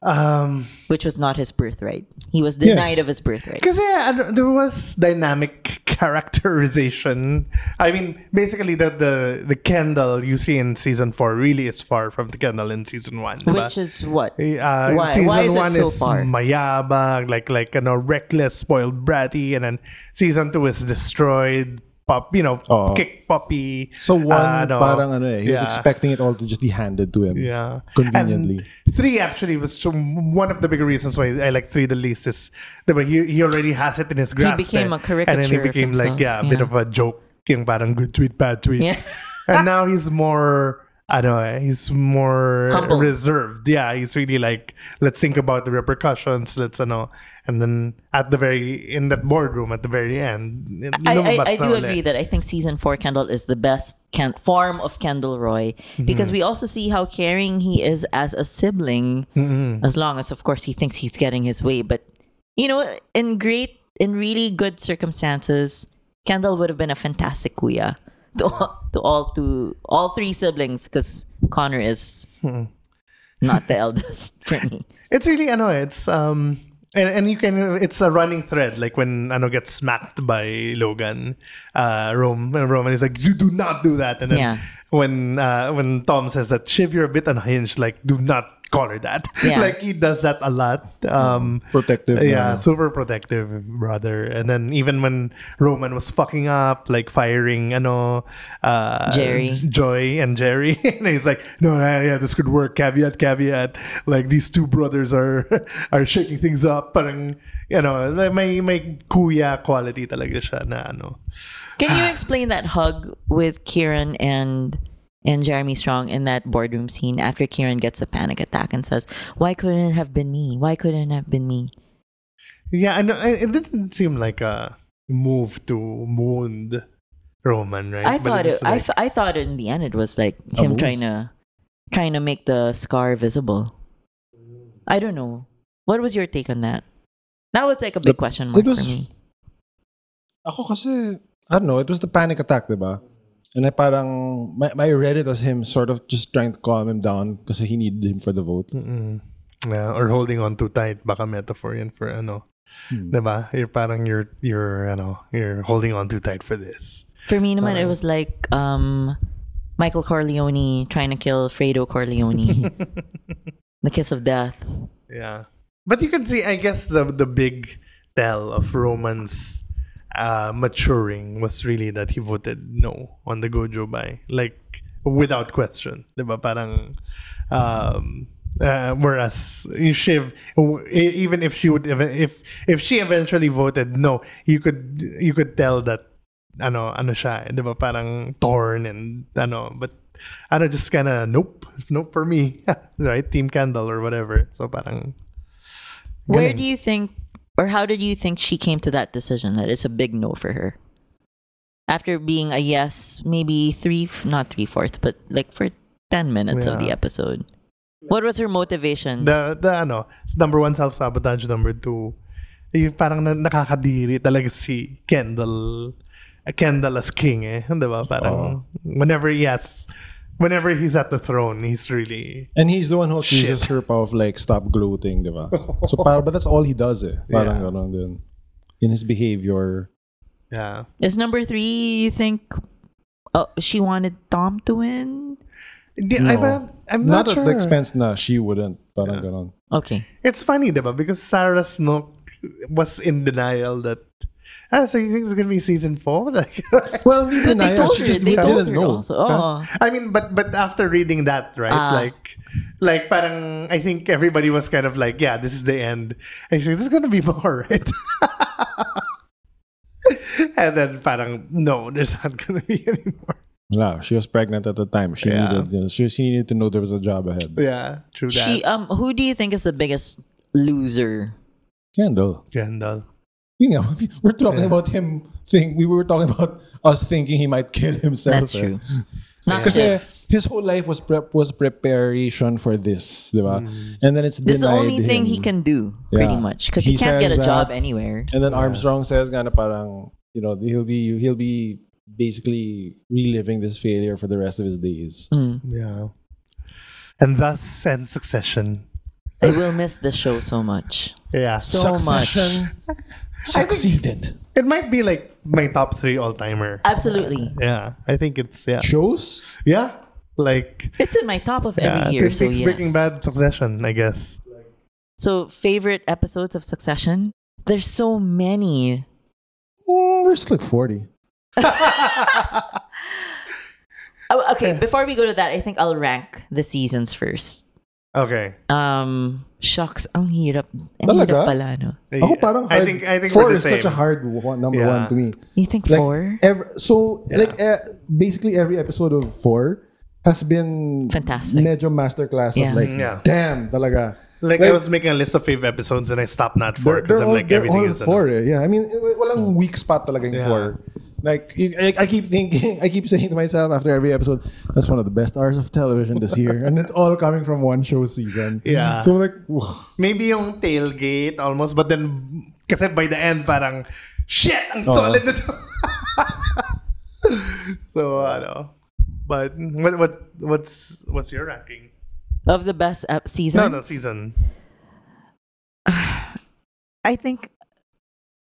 B: um,
A: Which was not his birthright. He was denied
C: Yes.
A: of his birthright.
B: Because yeah, ano, there was dynamic characterization. I mean, basically the the the Kendall you see in season four really is far from the Kendall in season one. diba?
A: Which is what?
B: Uh,
A: Why-
B: Season
A: why is it
B: one
A: so
B: is
A: far?
B: mayabang, like like you know, reckless, spoiled, bratty, and then season two is destroyed, pop, you know,
C: Oo.
B: kick puppy.
C: Oh. So one,
B: uh, ano.
C: parang ano eh, he was
B: Yeah.
C: expecting it all to just be handed to him.
B: Yeah.
C: Conveniently.
B: And three actually was so- one of the bigger reasons why I like three the least is that he, he already has it in his grasp.
A: became
B: eh.
A: a
B: And then he
A: caricature of
B: became like,
A: himself,
B: yeah, a bit
A: yeah.
B: of a joke. Yung parang good tweet, bad tweet.
A: Yeah.
B: and now he's more, I don't know, eh, he's more
A: Humble.
B: reserved. Yeah, he's really like, let's think about the repercussions, let's, ano. And then at the very, in that boardroom at the very end,
A: I, I,
B: lumabas
A: I
B: na
A: do
B: ulit.
A: agree that I think season four Kendall is the best Ken- form of Kendall Roy because we also see how caring he is as a sibling, as long as, of course, he thinks he's getting his way. But, you know, in great, in really good circumstances, Kendall would have been a fantastic kuya to, to all to all three siblings because Connor is not the eldest for me.
B: It's really ano, it's um and, and you can it's a running thread like when ano gets smacked by Logan uh Rome and Roman is like you do not do that and then
A: Yeah.
B: when uh when Tom says that Shiv you're a bit unhinged like do not call her that
A: Yeah.
B: like he does that a lot um
C: Protective.
B: yeah,
C: ano.
B: super protective brother. And then even when Roman was fucking up, like firing ano uh
A: Jerry.
B: Joy and Jerry. and he's like, No, yeah, yeah, this could work, caveat, caveat. Like these two brothers are are shaking things up. Parang you know, like, may may kuya quality talaga siya na ano.
A: Can you explain that hug with Kieran and and Jeremy Strong in that boardroom scene after Kieran gets a panic attack and says, "Why couldn't it have been me? Why couldn't it have been me?"
B: Yeah, I know I- it didn't seem like a move to wound Roman, right?
A: I
B: But
A: thought it,
B: it's
A: I,
B: like-
A: f- I thought in the end it was like him
C: move?
A: trying to trying to make the scar visible. I don't know. What was your take on that? That was like a big question mark
C: it was-
A: for me.
C: Ako kasi, I don't know, it was the panic attack, diba? And I parang, my, I read it as him sort of just trying to calm him down because he needed him for the vote.
B: Yeah, or holding on too tight, baka metaphor yun for ano. Diba? You're parang you're, you're, ano, you're holding on too tight for this.
A: For me naman, it was like um, Michael Corleone trying to kill Fredo Corleone. the kiss of death.
B: Yeah. But you can see, I guess, the, the big tell of Roman's uh, maturing was really that he voted no on the Gojo Bai. Like, without question. Diba? Parang, um, uh, whereas Shiv, w- e- even if she would, even if if she eventually voted no, you could you could tell that ano ano siya, eh, 'di ba? Parang torn and ano, but ano just kind of nope, nope for me, right? Team Candle or whatever. So parang
A: Where
B: Galing.
A: do you think, or how did you think she came to that decision that it's a big no for her? After being a yes, maybe three, not three fourths, but like for 10 minutes of
B: Yeah.
A: the episode. What was her motivation?
B: the the ano, number one self sabotage, number two, yung parang na, nakakadiri talaga si Kendall, uh, Kendall as king eh, 'di ba? Parang whenever he has, whenever he's at the throne, he's really
C: And he's the one who accuses
B: Shit.
C: her pa of like, stop gloating, di ba? So parang, but that's all he does eh. Parang
B: Yeah.
C: ganun din. In his behavior.
B: yeah.
A: Is number three, you think uh, she wanted Tom to win?
B: Di-
C: No.
B: I'm, not- I'm
C: Not,
B: not,
C: at
B: sure.
C: the expense na she wouldn't. Parang
B: Yeah.
C: ganun.
A: Okay.
B: It's funny, diba? Because Sarah Snook was in denial that. Ah, so you think it's gonna be season four? Like,
C: Well,
A: They
C: hindi denial.
A: told
C: She
A: her.
C: just
A: They told her
C: didn't know.
A: also. Oh.
B: I mean, but but after reading that, right?
A: Ah.
B: Like, like, parang I think everybody was kind of like, yeah, this is the end. And she's like, there's gonna be more, right? and then parang no, there's not gonna be any more.
C: No, she was pregnant at the time. She
B: Yeah.
C: needed, you know, she, she needed to know there was a job ahead.
B: Yeah, true that.
A: She um who do you think is the biggest loser?
C: Kendall,
B: Kendall.
C: you know, we're talking about him. Think we were talking about us thinking he might kill himself.
A: That's
C: eh.
A: true. Not
C: Kasi
A: Shiv.
C: his whole life was prep was preparation for this, di ba? And then it's
A: Mm-hmm. This is the
C: denied
A: only thing
C: him.
A: he can do, pretty
C: Yeah.
A: much, because he,
C: He
A: can't get a
C: says
A: job
C: that-
A: anywhere.
C: And then Armstrong says, "Gana parang you know he'll be he'll be basically reliving this failure for the rest of his days."
A: Mm.
B: Yeah. And thus and succession.
A: I will miss this show so much.
B: Yeah.
A: So much.
C: Succession succeeded.
B: It might be like my top three all timer.
A: Absolutely.
B: Yeah, I think it's yeah,
C: Shows
B: yeah, like
A: It's in my top of
B: yeah,
A: every year.
B: Twin
A: So,
B: Peaks, Breaking
A: yes.
B: Bad, Succession, I guess.
A: so favorite episodes of Succession? There's so many.
C: Mm, we're still like forty.
A: Oh, okay, before we go to that, I think I'll rank the seasons first.
B: Okay,
A: Um, shucks, ang hirap. Ang
C: Talaga?
A: hirap pala, no?
C: Ako parang
B: I
C: hard-
B: think I think
C: four
B: we're the
C: is
B: same.
C: such a hard one, number
B: Yeah.
C: one to me.
A: You think
C: Like
A: four?
B: eh.
C: ev- so like eh, basically every episode of four has been
A: Fantastic.
C: Medyo masterclass
A: Yeah.
C: of like
B: Mm, Yeah.
C: damn talaga.
B: like
C: Like-
B: I was making a list of five episodes and I stopped not four
C: They're,
B: because
C: they're
B: I'm
C: all,
B: like
C: they're
B: everything
C: all
B: is Mm.
C: four. eh. Yeah, I mean, eh, walang weak spot talaga yung
B: Yeah.
C: four. Like you- I, I keep thinking, I keep saying to myself after every episode, that's one of the best hours of television this year, and it's all coming from one show season.
B: Yeah.
C: So I'm like, wow.
B: Maybe yung tailgate almost, but then kasi by the end parang shit, ang
C: Oo.
B: solid nito. so ano, but what what what's what's your ranking?
A: Of the best ep- seasons?
B: No, no season.
A: I think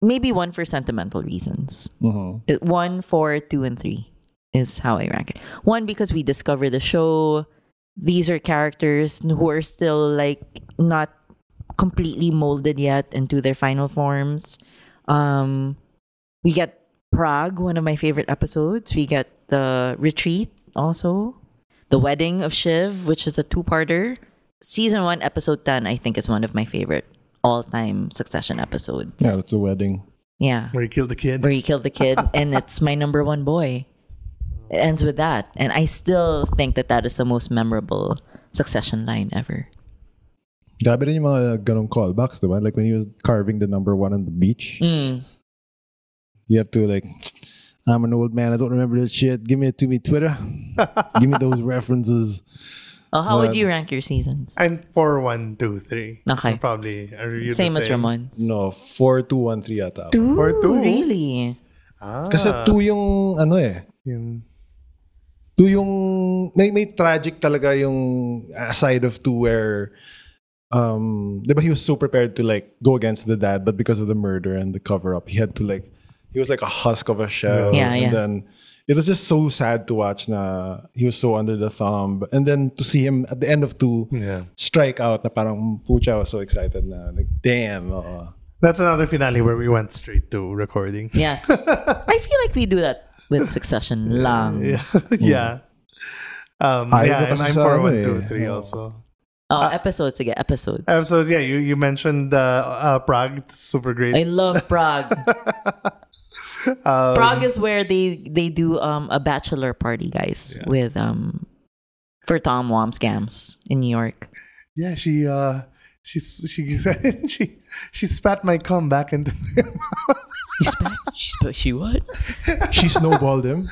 A: maybe one for sentimental reasons.
B: Mm-hmm.
C: Mhm.
A: It- One, four, two, and three is how I rank it. One because we discover the show. These are characters who are still like not completely molded yet into their final forms. Um, we get Prague, one of my favorite episodes. We get the retreat also, the wedding of Shiv, which is a two-parter. Season one, episode ten, I think is one of my favorite all-time Succession episodes.
C: yeah, it's a wedding.
A: yeah
B: Where you killed the kid.
A: where you kill the kid, and it's my number one boy. It ends with that, and I still think that that is the most memorable Succession line ever.
C: Grabe rin yung mga ganong callbacks, diba? Like when he was carving the number one on the beach,
A: Mm.
C: you have to like, I'm an old man, I don't remember that shit. Give me it to me, Twitter. Give me those references.
A: Oh, how would
C: Well,
A: you rank your seasons?
B: I'm four, one, two, three.
A: Okay.
B: Probably. Are you the
A: Same as Ramon's.
C: No, 4213 yata.
A: Two,
B: Or two.
A: really?
B: Ah,
C: Kasi two yung ano eh.
B: yun.
C: to yung may may tragic talaga yung uh, side of two where um di ba he was so prepared to like go against the dad but because of the murder and the cover up he had to like he was like a husk of a shell
A: Yeah,
C: and
A: yeah.
C: then it was just so sad to watch na he was so under the thumb and then to see him at the end of two
B: Yeah.
C: strike out na parang pucha I was so excited na like damn oo.
B: That's another finale where we went straight to recording.
A: Yes. I feel like we do that with Succession lang.
B: Yeah. yeah. Um,
C: Ayaw ko
B: yeah, and
C: kasi
B: I'm
C: sa
B: for
C: ano
B: one,
C: eh.
B: two, three also.
A: Oh, episodes again, episodes.
B: Um, so yeah, you, you mentioned uh, uh, Prague, It's super great.
A: I love Prague. Prague is where they they do um a bachelor party, guys, with um for Tom Wom scams in New York.
B: yeah, she uh, she she she she spat my cum back into.
A: You spat, she, spat, she what?
C: she snowballed him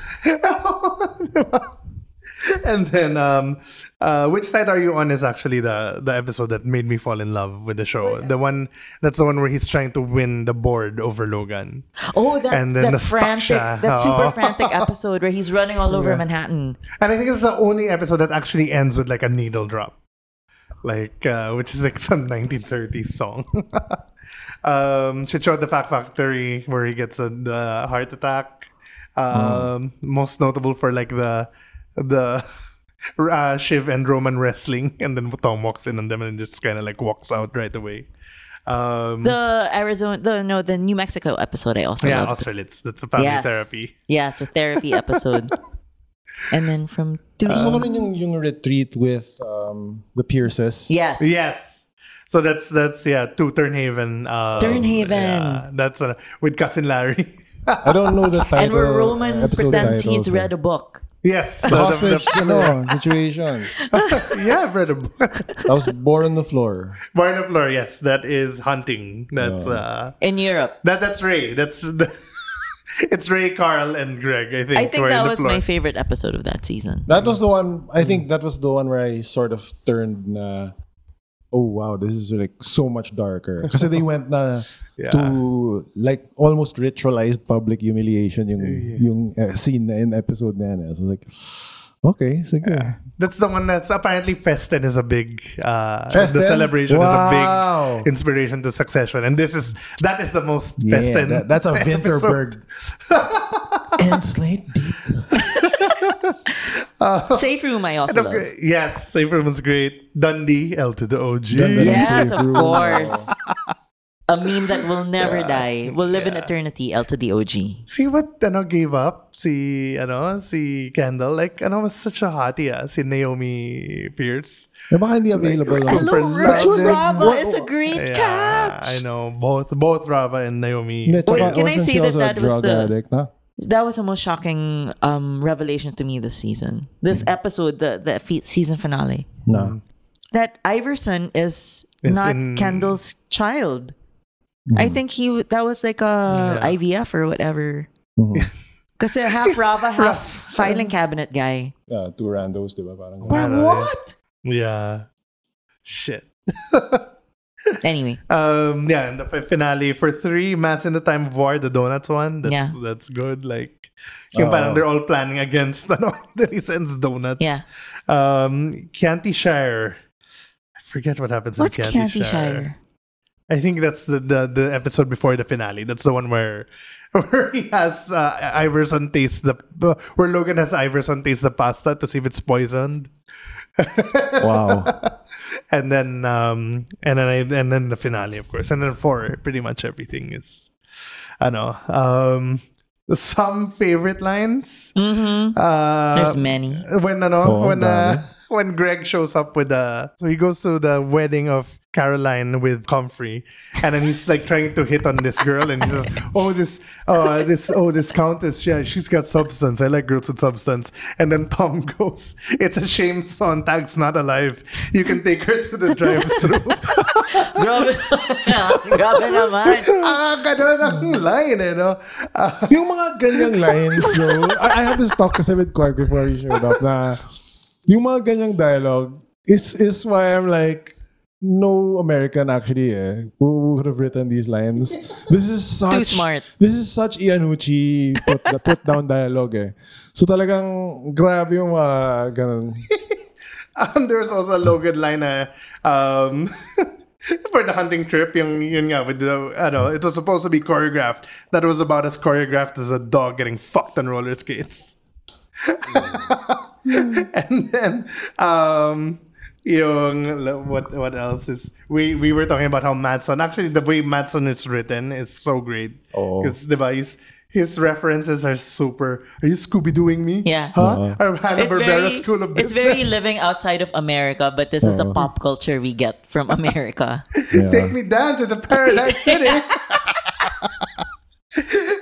B: and then um, uh, which side are you on is actually the the episode that made me fall in love with the show. The one that's the one where he's trying to win the board over Logan.
A: Oh, that,
B: And then
A: that
B: the stock
A: frantic,
B: siya.
A: that super
B: Oh.
A: frantic episode where he's running all over Manhattan.
B: And I think it's the only episode that actually ends with like a needle drop, like uh, which is like some 1930s song. um, Chicho at the Fact Factory, where he gets a the heart attack. Um, Most notable for like the the uh, Shiv and Roman wrestling, and then Tom walks in on them and just kind of like walks out right away. Um,
A: The Arizona, the no, the New Mexico episode I also
B: yeah,
A: loved.
B: Austerlitz. That's a family
A: yes.
B: therapy.
A: Yes, the therapy episode. and then from two.
C: gusto ko rin yung, yung retreat with um, the Pierces
A: yes.
B: Yes. So that's that's yeah, to Turnhaven. Um,
A: Turnhaven.
B: yeah, that's uh, with cousin Larry.
C: I don't know the title.
A: And where Roman
C: episode
A: pretends
C: title,
A: he's
C: so-
A: read a book.
B: yes. the-
C: The
B: the-
C: hostage ano, situation.
B: the- yeah, I've read a book.
C: I was born on the floor.
B: Barn of Lore. Yes, that is hunting. That's uh,
A: In Europe.
B: that that's Ray. That's it's Ray, Carl, and Greg. I think.
A: I think
B: Barn
A: that
B: of
A: was my
B: Lore.
A: favorite episode of that season.
C: That was the one. I think that was the one where I sort of turned. Na, oh wow, this is like so much darker. Because they went na to like almost ritualized public humiliation yung yung uh, scene na in episode na yan. eh. So I was like, okay, sige.
B: That's the one that's apparently Festen is a big uh
C: Festen?
B: the celebration is a
C: Wow.
B: big inspiration to succession. And this is that is the most
C: Yeah,
B: Festen.
C: that- that's a
B: episode.
C: Winterberg. and slate date.
A: Safe Room I also love.
B: Yes, Safe Room was great. Dundee, L to the OG.
C: Dundee. Yeah.
A: Yes,
C: Safe
A: of
C: Room.
A: course. A meme that will never die. Will live in eternity, L to the OG.
B: See what ano gave up si ano si Kendall like ano was such a hottie ah, si Naomi Pierce.
C: Eh, baka hindi available. lang.
B: Super
A: Hello,
B: loud.
A: Rava.
C: But she was like, what-
A: It's a great
B: Yeah, I
A: catch.
B: know both both Rava and Naomi.
C: Hindi,
A: Or
C: tsaka
A: can I
C: wasn't
A: say
C: she
A: that
C: also a
A: that was
C: drug
A: the-
C: addict, huh?
A: That was the most shocking um, revelation to me this season. This
B: Hmm.
A: episode, the, the fe- season finale.
C: No.
A: that Iverson is
B: Is
A: not
B: in- Hmm.
A: Kendall's child. I think he that was like a
B: Yeah. Mm-hmm.
A: IVF or whatever.
C: Mhm.
A: Because half Rava, half filing cabinet guy.
C: uh, two randos, di ba? Parang
A: Why,
B: know,
A: what?
B: Yeah. Shit.
A: Anyway,
B: Um yeah, and the fi- finale for 3 Mass in the Time of War, the donuts one. That's
A: Yeah.
B: that's good like yung parang
C: Oh.
B: they're all planning against ano then he sends donuts.
A: Yeah.
B: Um Chianti Shire. I forget what happens
A: what's
B: in Chianti,
A: Candy Shire?
B: I think that's the, the the episode before the finale. That's the one where where he has uh, Iverson taste the where Logan has Iverson taste the pasta to see if it's poisoned,
C: wow.
B: and then um and then I, and then the finale of course, and then four pretty much everything is, I know um some favorite lines.
A: Mm-hmm.
B: Uh,
A: There's many.
B: when ano,
C: Oo,
B: when
C: ang
B: uh,
C: dami.
B: when Greg shows up with the so he goes to the wedding of Caroline with Comfrey and then he's like trying to hit on this girl and he says oh this uh this oh this countess yeah she's got substance I like girls with substance and then Tom goes it's a shame Sontag's not alive you can take her to the drive-through
A: Grabe grabe naman.
B: ah ganun ang line eh no Ah,
C: yung mga ganyang lines, no? I, I had this talk kasi with Quark before he showed up na yung mga ganyang dialogue is is why I'm like, no American actually eh, who would have written these lines. This is such
A: smart.
C: This is such Ianucci put, put down dialogue eh. So talagang grabe yung mga ganun.
B: Um, there's also a Logan line na, um, for the hunting trip, yung, yun nga, with the, ano, it was supposed to be choreographed. That was about as choreographed as a dog getting fucked on roller skates. and then, um, yung, what, what else is, we, we were talking about how Madsen, actually the way Madsen is written is so great.
C: Oo.
B: Because, diba, his, his references are super, are you Scooby-Dooing me?
A: Yeah.
B: Huh? Or
A: It's
B: Hanna-Barbera
A: very,
B: School of
A: it's
B: Business?
A: very living outside of America, but this is the
C: Oo.
A: pop culture we get from America.
C: Yeah.
A: Uh.
B: Take me down to the paradise city.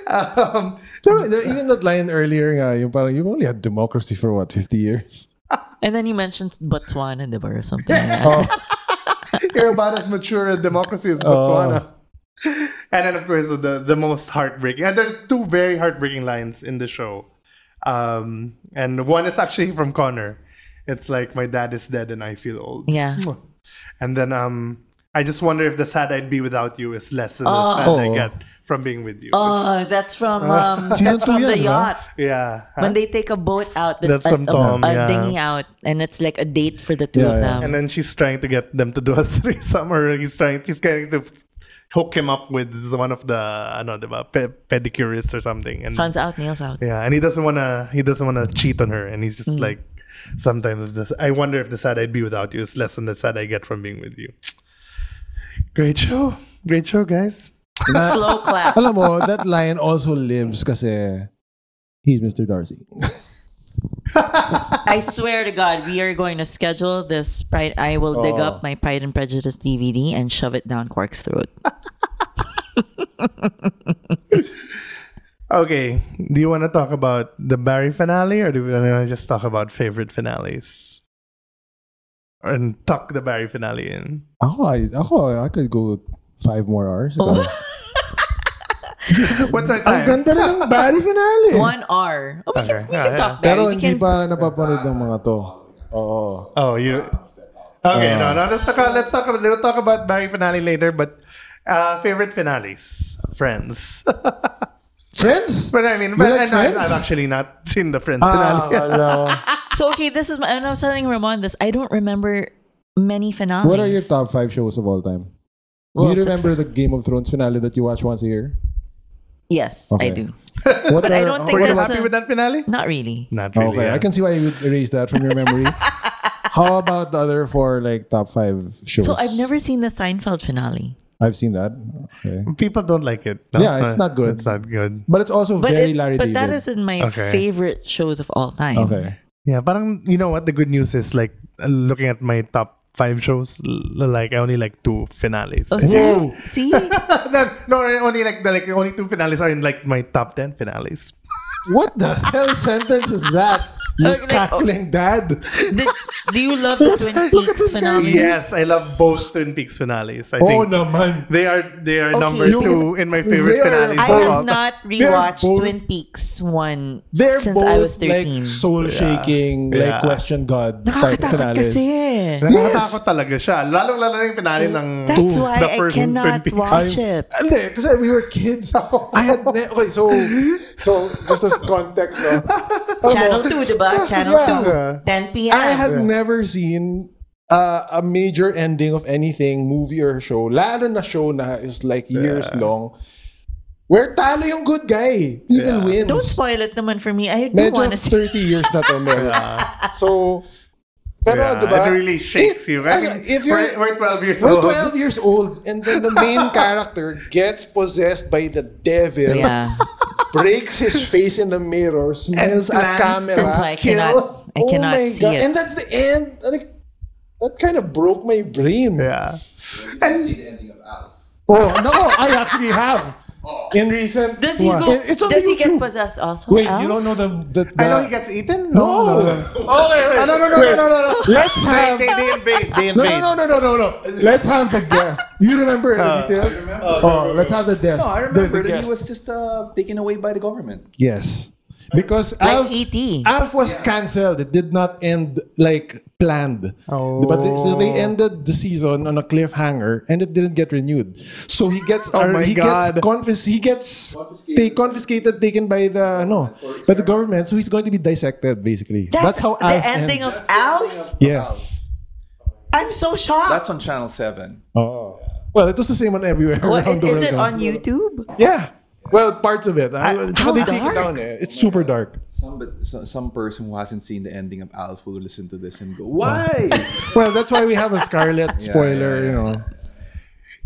B: um,
C: Pero even that line earlier nga, yung parang you've only had democracy for what, 50 years?
A: and then you mentioned Botswana, diba, or something like that.
B: you're about as mature a democracy as
A: Oh.
B: Botswana. and then, of course, the, the most heartbreaking. And there are two very heartbreaking lines in the show. Um, and one is actually from Connor. It's like, my dad is dead and I feel old.
A: Yeah.
B: And then um, I just wonder if the sad I'd be without you is less than the sad I
C: Oh.
B: get from being with you.
A: Oh, that's from
B: Uh,
A: um,
C: Season
A: that's
C: two
A: from
C: yun,
A: the
C: di ba?
A: yacht.
B: yeah.
A: When they take a boat out, the-
B: Uh, That's
A: a,
B: from
A: a-
B: Tom,
A: a
B: yeah.
A: dinghy out, and it's like a date for the two
C: Yeah,
A: of
C: yeah.
A: them.
B: and then she's trying to get them to do a threesome, or he's trying, she's trying to f- hook him up with one of the, ano, diba, pe- pedicurists or something. And
A: Sun's out, nails out.
B: yeah, and he doesn't wanna, he doesn't wanna cheat on her, and he's just like, sometimes this, I wonder if the sad I'd be without you is less than the sad I get from being with you. Great show, great show, guys.
A: Slow clap.
C: Alam mo, that line also lives kasi he's Mr. Darcy.
A: I swear to God, we are going to schedule this. Pride. I will dig
C: Oh.
A: up my Pride and Prejudice DVD and shove it down Quark's throat.
B: Okay, do you want to talk about the Barry finale, or do we want to just talk about favorite finales? And tuck the Barry finale in.
C: Ako, I, ako, I could go five more hours.
A: Oh.
B: What's our
C: Ang
B: time?
C: ganda na ng Barry finale.
A: One R. Oh, we
B: Okay.
A: can, we can
B: Yeah,
A: talk Barry.
C: Pero
A: We
C: hindi
A: can,
C: pa napapanood ng mga to. Oo.
B: Oh, you. Okay,
C: Uh,
B: no, no. Let's talk. Let's talk. We'll talk about Barry finale later. But uh, favorite finales, Friends.
C: Friends?
B: but I mean,
C: You
B: but
C: like
B: and I-
C: Friends?
B: I've actually not seen the Friends
C: Ah,
B: finale.
C: wala.
A: so, okay, this is my. And I was telling Ramon this. I don't remember many finales.
C: What are your top five shows of all time?
A: Well,
C: do you
A: six-
C: remember the Game of Thrones finale that you watch once a year?
A: Yes, I
C: Okay.
A: do.
C: What
A: But I don't think
B: Were you
A: that's
B: happy
A: a-
B: with that finale?
A: Not really.
B: Not really.
C: Okay,
B: yeah.
C: I can see why you would erase that from your memory. How about the other four like top five shows?
A: So I've never seen the Seinfeld finale.
C: I've seen that. Okay.
B: People don't like it. No,
C: Yeah, it's
B: no,
C: not good.
B: It's not good.
C: But it's also
A: But,
C: very
A: it-
C: Larry
A: but
C: David.
A: that isn't my
B: Okay.
A: favorite shows of all time.
C: okay.
B: Yeah, but you know what? The good news is like uh, looking at my top five shows. l- Like I only like two finales.
A: Oh,
C: Whoa.
A: see? see?
B: no, no, only like the, like only two finales are in like my top ten finales.
C: What the hell sentence is that? You
A: Like, oh. like,
C: cackling dad.
A: Did- do you love the Twin Peaks phenomenon?
B: Yes, I love both Twin Peaks finales. I think
C: Oh naman.
B: they are they are
A: Okay.
B: number
A: You-
B: two in my
C: They
B: favorite
C: are
B: finales.
A: I
B: of all
A: have
B: time.
A: not
C: They're
A: rewatched
C: both-
A: Twin Peaks one
C: They're
A: since
C: both
A: I was 13.
C: like soul shaking,
B: Yeah.
C: like question God type
A: Nakakatakot
C: finales.
A: kasi.
B: Nakakatakot talaga siya. Lalong lalo na yung finale ng
A: That's
B: two,
A: why
B: the
A: I
B: first Twin
A: cannot
B: Peaks.
A: watch it.
C: Hindi, kasi we were kids. I had ne- okay, so so just as context, no? Alam mo,
A: Channel 2, diba? Channel 2.
C: Yeah.
A: 10 p.m.
C: I had never seen uh, a major ending of anything, movie or show, lalo na show na is like years long, where talo yung good guy. Evil wins.
A: Don't spoil it naman for me. I do
C: Medyo
A: want to see.
C: 30 years na to, meron. So, pero
B: Yeah,
C: diba?
B: It really shakes you. I
C: as-
B: mean,
C: if you're,
B: we're, we're 12 years
C: we're
B: old.
C: 12 years old and then the main character gets possessed by the devil,
A: Yeah.
C: breaks his face in the mirror, smiles at
B: plans
C: camera. Oh
B: to
A: That's why I
B: Kill.
A: cannot, I cannot see it.
C: And that's the end. Like, that kind of broke my brain.
B: Yeah.
E: See the ending of Alf.
C: Oh, no, I actually have. In recent.
A: Does he
C: What?
A: go?
C: It- it's on
A: does
C: the
A: he get
C: YouTube.
A: possessed also?
C: Wait,
A: Al?
C: you don't know the. the,
B: I know
C: the-
B: he gets eaten.
C: No.
A: Oh.
B: Okay, wait. Ah, no, no, no, no, no, no, no.
C: Let's have.
B: They, they invade. They
C: No,
B: invade.
C: no, no, no, no, no, no. Let's have the guest. You remember the details?
A: Oh,
E: remember.
C: Oh, let's have the guest.
E: No, I
C: The- the
E: remember that
C: guest.
E: he was just uh, taken away by the government.
C: Yes. Because
A: Like E
C: Alf,
A: E.T..
C: Alf was cancelled. It did not end like planned.
B: Oh.
C: But they, so they ended the season on a cliffhanger and it didn't get renewed. So he gets
B: Oh my
C: he
B: God.
C: gets confis- he gets they confiscated taken by the no by the government. So he's going to be dissected basically. That's, how
A: the
C: Alf
A: ending
C: ends.
A: of Alf.
C: Yes.
A: I'm so shocked.
E: That's on Channel 7.
C: Oh. Well, it was the same on everywhere
A: What,
C: around the
A: is
C: world.
A: it
C: now.
A: on YouTube?
C: Yeah. Well, parts of it. I,
A: how
C: they take
A: dark?
C: it down eh. It's super dark.
E: Some, but so- some person who hasn't seen the ending of Alf will listen to this
C: Oh.
E: and go, Why?
C: Well, that's why we have a Scarlet spoiler,
E: yeah,
C: you know.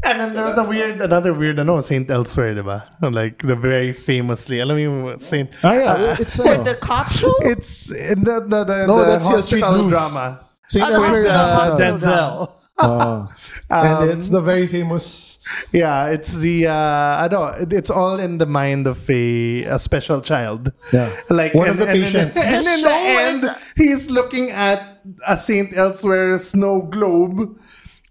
B: And then there was a weird, another weird, ano, Saint Elsewhere, diba? Like, the very famously, alam mo yung Saint...
C: Ah, yeah, it's
A: For
C: uh,
A: the cop show?
B: It's in the, the, the,
C: No,
B: the
C: that's the Street
B: hospital
C: Blues.
B: drama.
C: see,
A: Ah,
C: that's
A: the
C: where
A: hospital
C: uh,
A: hospital.
B: Denzel.
C: uh, and it's the very famous.
B: Yeah, it's the uh, I don't. It's all in the mind of a, a special child.
C: Yeah.
B: like
C: One of the
B: in-
C: patients.
A: The
B: And, in the
A: show
B: end,
A: is-
B: he's looking at a Saint Elsewhere snow globe.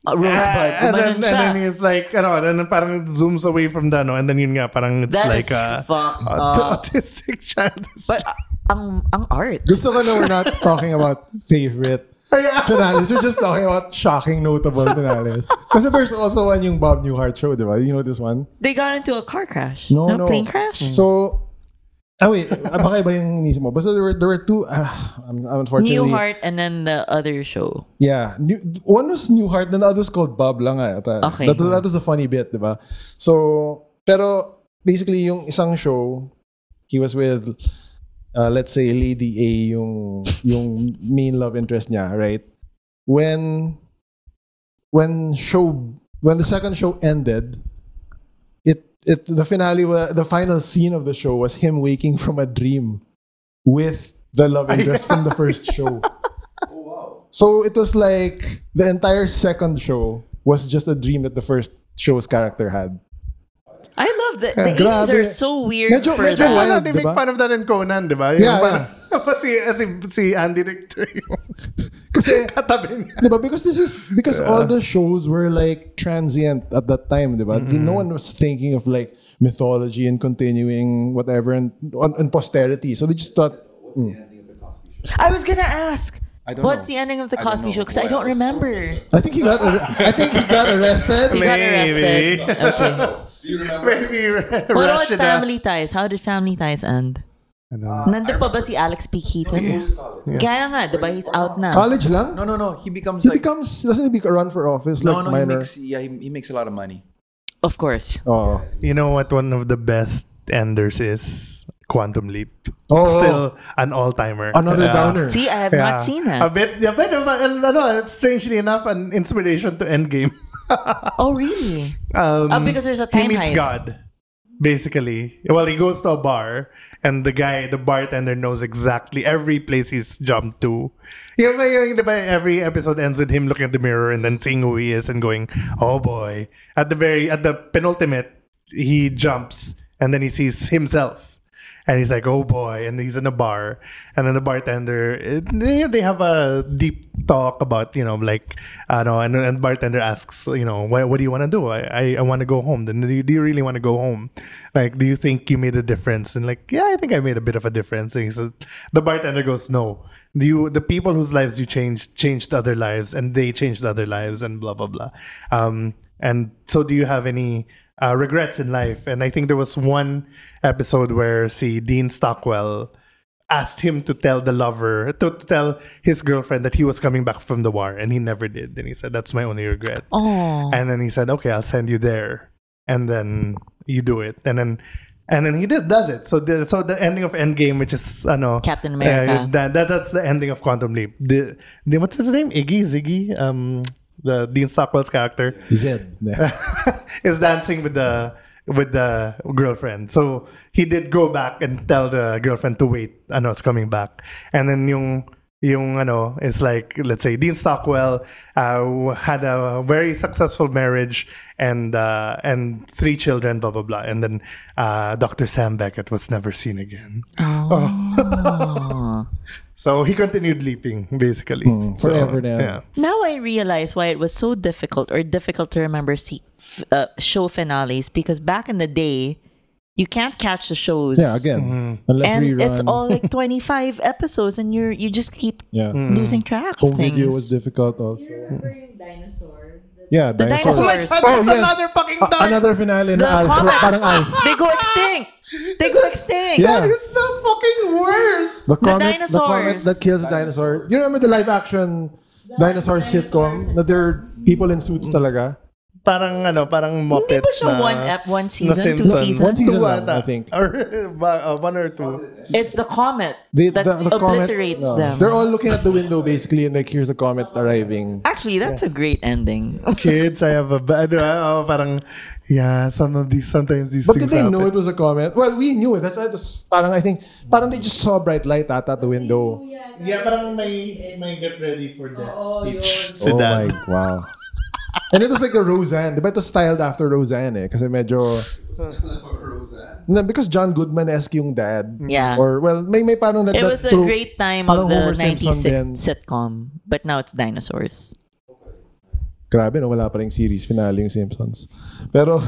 A: Uh, Rosebud.
B: and,
A: Gumanon
B: then, and
A: siya.
B: then he's like, ano, and then parang it zooms away from the, ano, and then yun nga, parang it's
A: That
B: like
A: is
B: a,
A: fucked
B: aut-
A: up.
B: autistic child.
A: But uh, ang, ang art.
C: Gusto ko na we're not talking about favorite
B: Yeah.
C: finales. We're just talking about shocking notable finales. Kasi there's also one yung Bob Newhart show, di ba? You know this one?
A: They got into a car crash.
C: No, no.
A: plane crash.
C: So, ah wait, ah, baka iba yung inisip mo. Basta there were, there were two, ah, I'm- I'm unfortunately.
A: Newhart and then the other show.
C: Yeah. New, one was Newhart, then the other was called Bob lang nga. yata.
A: Okay.
C: That, was- that was the funny bit, di ba? So, pero basically yung isang show, he was with, uh, let's say, Lady A, yung, yung main love interest niya, right? When, when show, when the second show ended, it, it, the finale, wa- the final scene of the show was him waking from a dream with the love interest from the first show. So it was like the entire second show was just a dream that the first show's character had.
A: I love that. The 80s
C: Grabe.
A: are so weird
C: Medyo-
A: for
C: medyo
A: that.
C: wild.
B: Ano, they make
C: diba?
B: fun of that in Conan, diba?
C: Yeah,
B: parang, But si, si, si Andy Richter yung
C: Kasi,
B: katabi niya.
C: diba, because this is because all the shows were like transient at that time, diba? No one was thinking of like mythology and continuing whatever and on, and posterity. So they just thought Mm.
A: I was gonna ask.
E: I don't
A: What's
E: know.
A: the ending of the
E: I don't
A: Cosby
E: know.
A: Show? Because I don't
E: Well-
A: remember.
C: I think he got ar- I think he got
A: He
C: arrested.
A: got arrested.
B: Maybe.
A: Okay.
B: Maybe ah.
A: What about
B: Rashida.
A: Family Ties? How did Family Ties end? Nandun pa ba si Alex P. Keaton? Kaya nga, diba? He's out now.
C: College lang?
E: No, no, no. He becomes
C: He
E: like.
C: becomes doesn't he become run for office
E: no,
C: like
E: no. He
C: minor?
E: makes, yeah, he, he makes a lot of money.
A: Of course.
C: oh.
B: You know what one of the best enders is? Quantum Leap.
C: Oh.
B: Still an all-timer.
C: Another
B: Yeah.
C: downer.
A: See, I have
B: Yeah.
A: not seen
B: A
C: Um,
A: that.
B: bit, yeah, but, ano, strangely enough, an inspiration to Endgame.
A: Oh, really?
B: Um,
A: Oh, because there's a
B: he
A: time
B: meets
A: heist.
B: God, basically. Well, he goes to a bar, and the guy, the bartender, knows exactly every place he's jumped to. You know, yung- di ba, every episode ends with him looking at the mirror and then seeing who he is and going, "Oh boy!" At the very, at the penultimate, he jumps and then he sees himself. And he's like, oh boy. And he's in a bar. And then the bartender, eh, they they have a deep talk about, you know, like, I know. And, and bartender asks, you know, what, what do you want to do? I, I, I want to go home. Then do you, do you really want to go home? Like, do you think you made a difference? And like, yeah, I think I made a bit of a difference. And he said, the bartender goes, no. Do you, the people whose lives you changed changed other lives and they changed other lives and blah, blah, blah. Um, and so do you have any uh, regrets in life. And I think there was one episode where see Dean Stockwell asked him to tell the lover to, to tell his girlfriend that he was coming back from the war and he never did. And he said, That's my only regret.
A: Oh.
B: And then he said, Okay, I'll send you there. And then you do it. And then and then he did does it. So the so the ending of Endgame, which is I know
A: Captain America.
B: that, that that's the ending of Quantum Leap. The, the what's his name? Iggy Ziggy? Um the Dean Stockwell's character
C: Zed. Yeah.
B: is dancing with the with the girlfriend. So he did go back and tell the girlfriend to wait. Ano, it's coming back. And then yung yung ano is like let's say Dean Stockwell uh, had a very successful marriage and uh, and three children blah blah blah and then uh, Dr. Sam Beckett was never seen again
A: Oh.
B: so he continued leaping basically So,
C: Hmm. forever now.
B: yeah
A: Now I realize why it was so difficult or difficult to remember see, f- uh, show finales because back in the day, you can't catch the shows.
C: Yeah, again, unless
A: And
C: rerun.
A: it's all like 25 episodes and you're you just keep
C: yeah.
A: losing track of
C: Mm. Home
A: things.
C: video was difficult also.
F: Remember yung dinosaur? The-
C: Yeah,
A: the
C: dinosaurs.
A: dinosaurs.
B: Oh,
C: yes.
B: another fucking
C: A-
B: dinosaur.
C: another finale
A: The
C: na Alf.
A: comic.
C: Parang Alf.
A: They go extinct. They go extinct.
C: Yeah.
B: It's the fucking worst.
C: The comet, the,
A: dinosaurs.
C: comet that kills the dinosaur. You remember the live action dinosaur sitcom that there are people in suits talaga?
B: Parang ano, parang Muppets
A: Hindi ba siya
B: na-
A: one ep, one
B: na
A: season, two
B: Simpsons.
A: seasons?
C: One season
B: Two
C: lang,
B: ata.
C: I think.
B: Or ba- uh, one or two.
A: It's the comet
C: They-
A: that
C: comet-
A: obliterates
C: no.
A: them.
C: They're all looking at the window basically and like here's the comet arriving.
A: Actually, that's a great ending.
B: Kids, I have a bad. Oh, parang, yeah, some of these, sometimes these
C: But
B: things
C: did they know
B: happen.
C: it was a comet? Well, we knew it. That's why it was parang I think parang they just saw bright light out at the window.
B: Yeah, parang may, may get ready for that speech. Si
C: oh
B: Dad.
C: my wow. And it was like the Roseanne. Diba it was styled after Roseanne eh? Kasi medyo... Na, because John Goodman-esque yung dad.
A: Yeah.
C: Or, well, may, may parang... That,
A: It
C: that
A: was a
C: trope.
A: great time
C: Parang
A: of the
C: Homer Simpson
A: 90s
C: din.
A: sit- sitcom, but now it's dinosaurs.
C: Grabe, no? Wala pa rin series finale yung Simpsons. Pero,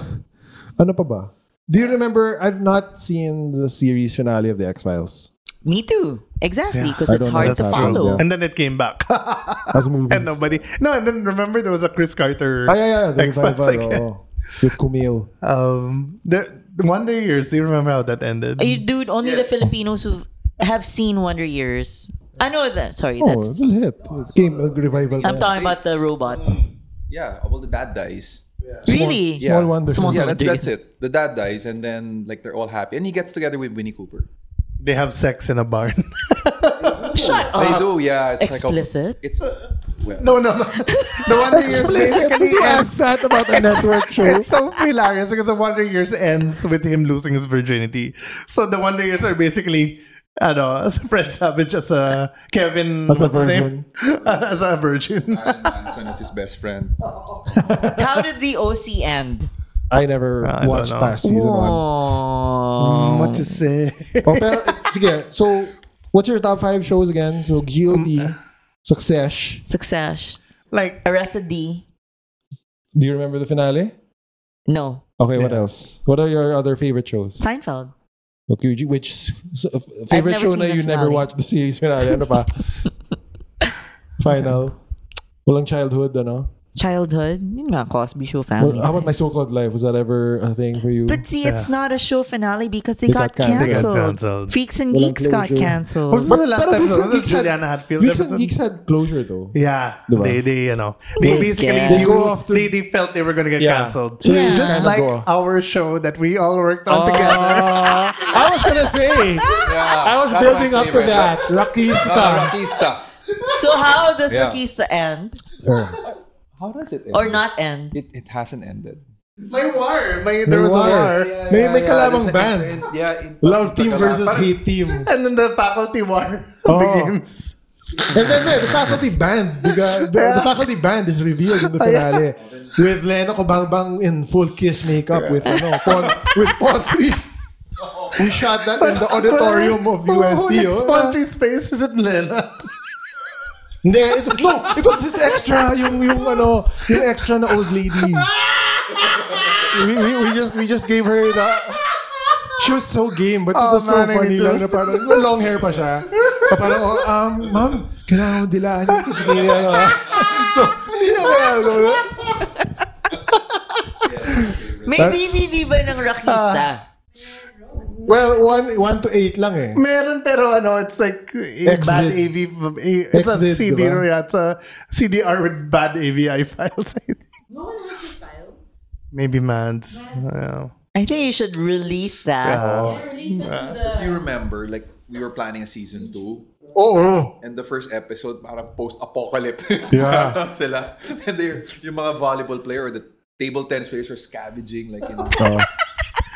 C: ano pa ba? Do you remember, I've not seen the series finale of The X-Files.
A: Me too. Exactly, because
C: I
A: it's
C: don't know
A: hard
C: what's
A: to
C: happening.
A: follow.
C: Yeah.
B: And then it came back.
C: As movies.
B: and nobody. No, and then remember there was a Chris Carter.
C: Ah, yeah, yeah. The
B: X-Files
C: revival,
B: again.
C: oo. With Kumail.
B: Um, there, Wonder Years. Do you remember how that ended?
A: You dude, only the Filipinos who have seen Wonder Years. I know that. Sorry,
C: Oh,
A: that's.
C: it's a hit. It came a revival.
A: I'm
C: na.
A: talking about the robot.
E: Yeah, well, the dad dies.
A: Really?
E: Yeah.
C: Small wonder.
A: Small-
E: Yeah, that,
A: Wonder
E: that's it. The dad dies, and then like they're all happy, and he gets together with Winnie Cooper.
B: They have sex in a barn.
A: Shut
E: They
A: up.
E: do, yeah. It's
A: Explicit.
E: Like a, it's well,
B: no, no, no. The Wonder Years
C: Explicit.
B: basically
C: You
B: ends
C: asked that about a network show.
B: It's so hilarious because the Wonder Years ends with him losing his virginity. So the Wonder Years are basically, I know, Fred Savage as a Kevin
C: As a
B: what's his name? as a virgin.
E: Marilyn Manson is his best friend.
A: How did the OC end?
C: I never
B: Uh, I don't
C: watched
B: know.
C: past season one.
A: Oh.
C: Um,
B: what you say?
C: Oh, pero, sige, so, what's your top five shows again? So, GOD, Success.
A: Success.
B: like
A: Arrested D.
C: Do you remember the finale?
A: No.
C: Okay, what else? What are your other favorite shows?
A: Seinfeld.
C: Okay, which- which so, f- favorite
A: never
C: show
A: seen
C: na
A: the
C: you
A: finale.
C: never watched the series finale? Ano pa? Final. Walang childhood, ano?
A: Childhood. Yun nga, Cosby Show family.
C: Well, how about my
A: Guys.
C: so-called life? Was that ever a thing for you?
A: But see, it's not a show finale because they,
C: They
A: got,
C: got canceled. They
B: got
A: canceled.
B: canceled.
A: Freaks and
C: Walang
A: Geeks got
C: closure.
B: what was
A: canceled.
B: the last
C: Pero Freaks
B: episode?
C: and
B: Was it
C: Geeks had-
B: Juliana Hatfield
C: Freaks and
B: episode?
C: Geeks had closure though.
B: Yeah,
C: Diba?
B: they they you know they basically
A: God. They
B: knew,
C: go after-
B: they, they felt they were gonna get
C: Yeah.
B: canceled.
C: So they
B: Just
C: kinda
B: like
C: go. Uh,
B: our show that we all worked on together.
C: I was gonna say.
E: Yeah,
C: I was
E: that's
C: building up
E: my
C: to
E: favorite.
C: that. Lucky
E: Ah,
C: star.
E: Rockista.
A: So how does
E: Yeah.
A: Rakista end?
E: How does it end?
A: Or not end?
E: It, it hasn't ended.
B: May war. May, there was a war.
C: May may kalabang
E: It's- it's-
C: band.
E: it- yeah, it-
C: Love team
E: Tagalog.
C: versus
E: Parang-
C: hate team.
B: And then the faculty war
C: Oh.
B: begins.
C: And then the, the faculty band, the, guy- the, the faculty band is revealed in the finale with Leno Kobangbang in full kiss makeup with ano, Pon, with Pontry. We shot that in the auditorium of USD.
B: Who
C: oh.
B: lags space? Is it Lena?
C: Hindi, it, no, it was this extra, yung, yung ano, yung extra na old lady. we, we, we just, we just gave her the, she was so game, but it
B: Oh,
C: was so
B: man, I
C: funny
B: need
C: lang
B: to-
C: na parang, long hair pa siya. Pa- Parang, oh, um, ma'am, kailangan ko dilaan yung kasi hindi na, ano, ah." So, hindi na kaya, ano, ano.
A: May DVD ba ng Rakista?
C: Well, 1 1 to 8 lang eh.
B: Meron pero ano, it's like a
C: Xvid.
B: bad AV. from- a- It's a
C: Xvid,
B: CD,
C: diba?
B: or yeah, it's a CDR with bad AVI files. I think.
F: No one has the files.
B: Maybe Mads. Yeah.
A: I think you should release
B: Ah.
A: that.
F: I released it to the.
E: Do you remember, like, we were planning a season two,
B: Oh,
C: Oo.
E: and the first episode, parang post-apocalypse.
C: Yeah.
E: Parang sila. And they're, yung mga volleyball player or the table tennis players were scavenging, like, in,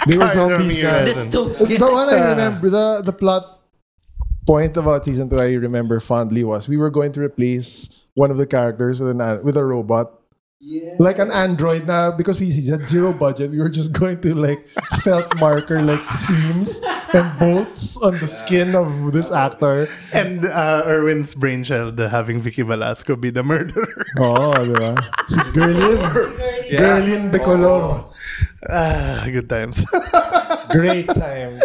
C: They were
B: Carlo
C: zombies
B: Ramirez.
C: na.
A: This too.
C: The one I remember, the, the plot point about season 2 I remember fondly was we were going to replace one of the characters with, an, an- with a robot. Like an android now because we had zero budget, we were just going to like felt marker like seams and bolts on the skin of this actor.
B: And uh, Erwin's brainchild uh, having Vicky Velasco be the murderer.
C: Oh, di ba? Si Gerlin.
F: Sorry.
E: Yeah.
C: Girl in the color.
B: Ah, good times.
C: Great times.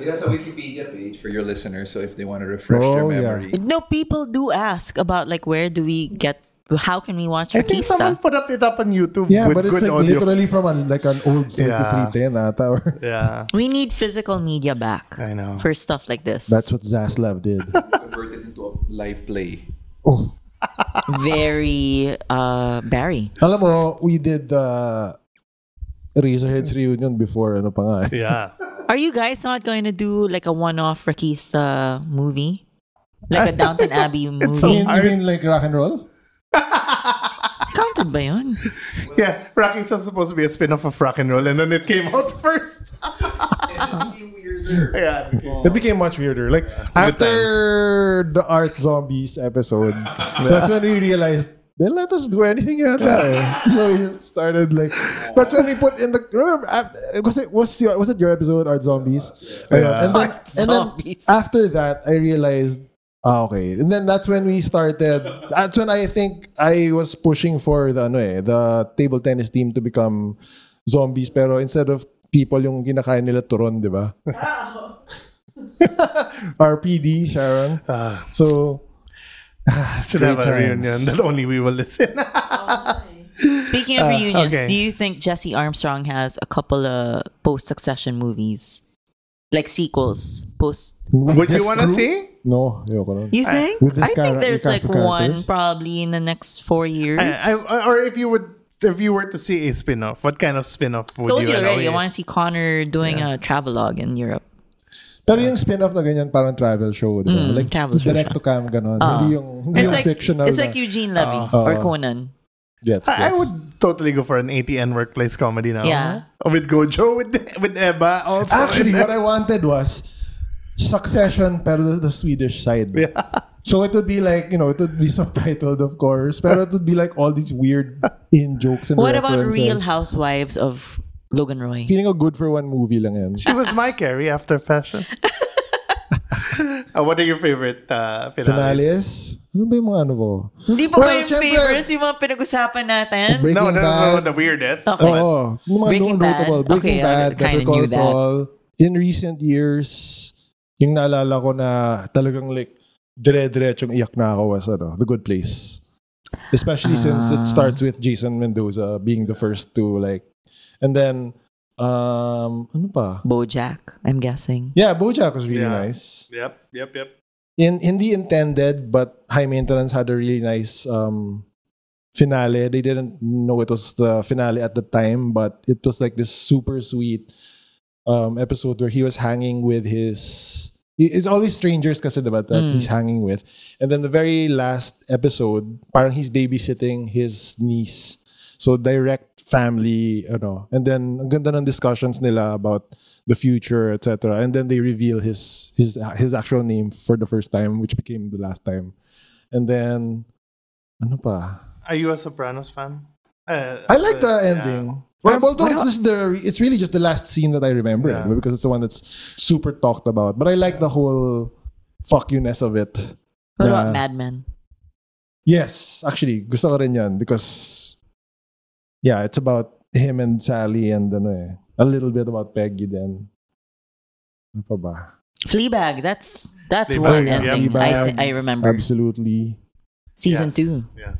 E: It has a Wikipedia page for your listeners, so if they want to refresh their
C: Oh, yeah.
E: memory.
A: No, people do ask about like where do we get, how can we watch
B: I think someone
A: Batista?
B: put up it up on YouTube
C: Yeah,
B: with
C: but it's
B: good
C: like
B: audio.
C: literally from a, like an old 3310 ata. Or,
B: Yeah,
A: We need physical media back.
B: I know.
A: For stuff like this.
C: That's what Zaslav did.
E: Convert it into a live play.
C: oh.
A: very uh Barry.
C: Alam mo, we did uh, Razorheads reunion before ano pa nga. eh.
B: yeah.
A: Are you guys not going to do like a one-off Rakista movie? Like a Downton Abbey movie?
B: so
C: You mean, you mean like rock and roll?
A: Counted ba yun?
B: Yeah, Rocky was supposed to be a spin-off of Rock and Roll, and then it came out first. yeah,
C: It became much weirder. Like after the Art Zombies episode, that's when we realized they let us do anything yata. eh. so we just started like that's when we put in the remember af- was it was your was it your episode Art Zombies? Ayun. And then
A: Art
C: and then
A: Zombies.
C: after that I realized ah, okay. And then that's when we started that's when I think I was pushing for the ano eh, the table tennis team to become zombies pero instead of people yung kinakain nila turon, di ba? RPD, Sharon. so,
B: Ah. should have a
C: Great times.
B: reunion that only we will listen.
A: Speaking of reunions,
B: okay.
A: do you think Jesse Armstrong has a couple of post-succession movies? Like sequels, post.
B: Would you want to see?
C: No, ayoko nun.
A: You think?
C: with this
A: I think
C: chara-
A: there's like
C: recast of
A: one
C: characters?
A: probably in the next four years.
B: I, I, or if you would, if you were to see a spin-off, what kind of spin-off would
A: told
B: you
A: you
B: allow
A: already. I
B: you?
A: want to see Connor doing a travelogue in Europe.
C: Pero yung spin-off na ganyan, parang travel show, di ba?
A: Mm,
C: like,
A: travel show Ah.
C: direct to cam, ganon. Hindi yung, hindi
A: It's
C: yung
A: like
C: fictional
A: it's
C: na-
A: like Eugene Levy or Conan.
C: Gets,
B: I, I
C: gets.
B: would totally go for an ATN workplace comedy now. Uh-huh.
A: Yeah.
B: With Gojo, with with Eba also.
C: Actually, what I wanted was Succession pero the, the Swedish side. So it would be like, you know, it would be subtitled, of course, pero it would be like all these weird in jokes and
A: What about
C: references.
A: Real Housewives of Logan Roy?
C: Feeling ko good for one movie lang yan.
B: she was my Carrie after fashion. Uh, what are your favorite uh, finales?
C: Finales? Ano ba yung mga ano ko?
A: Hindi pa
C: Well,
A: ba yung
C: syempre-
A: favorites yung mga pinag-usapan natin?
C: Breaking
B: No, that's
C: Bad.
B: the weirdest.
A: Okay.
C: Oo. Yung mga
A: Breaking
C: Breaking notable.
A: Bad.
C: Breaking
A: Okay, I
C: Bad,
A: kinda
C: Better Call
A: knew that.
C: Saul. In recent years, yung naalala ko na talagang like, dire-diretsong iyak na ako was ano, The Good Place. Especially
A: Ah.
C: since it starts with Jason Mendoza being the first to like, and then, um, ano pa?
A: BoJack, I'm guessing.
C: Yeah, Bojack was really
B: Yeah.
C: nice.
B: Yep, yep, yep.
C: in hindi intended but high maintenance had a really nice um finale they didn't know it was the finale at the time but it was like this super sweet um episode where he was hanging with his i- it's always strangers kasi diba that
A: Mm.
C: he's hanging with and then the very last episode parang he's babysitting his niece so direct family ano and then ang ganda ng discussions nila about the future, etc. And then they reveal his his his actual name for the first time, which became the last time. And then ano pa?
B: Are you a Sopranos fan? Uh,
C: I like the
B: uh, yeah.
C: ending. Well, although it's just the it's really just the last scene that I remember
B: Yeah.
C: because it's the one that's super talked about. But I like the whole fuck you ness of it.
A: What
C: Yeah.
A: about Mad Men?
C: Yes, actually, gusto ko rin yan because yeah, it's about him and Sally and ano eh, a little bit about Peggy then. Ano pa ba?
A: Fleabag, that's that's one
B: Fleabag, yeah.
A: ending I,
C: Fleabag.
A: th- I remember.
C: Absolutely.
A: Season
B: Yes,
A: two.
B: Yes.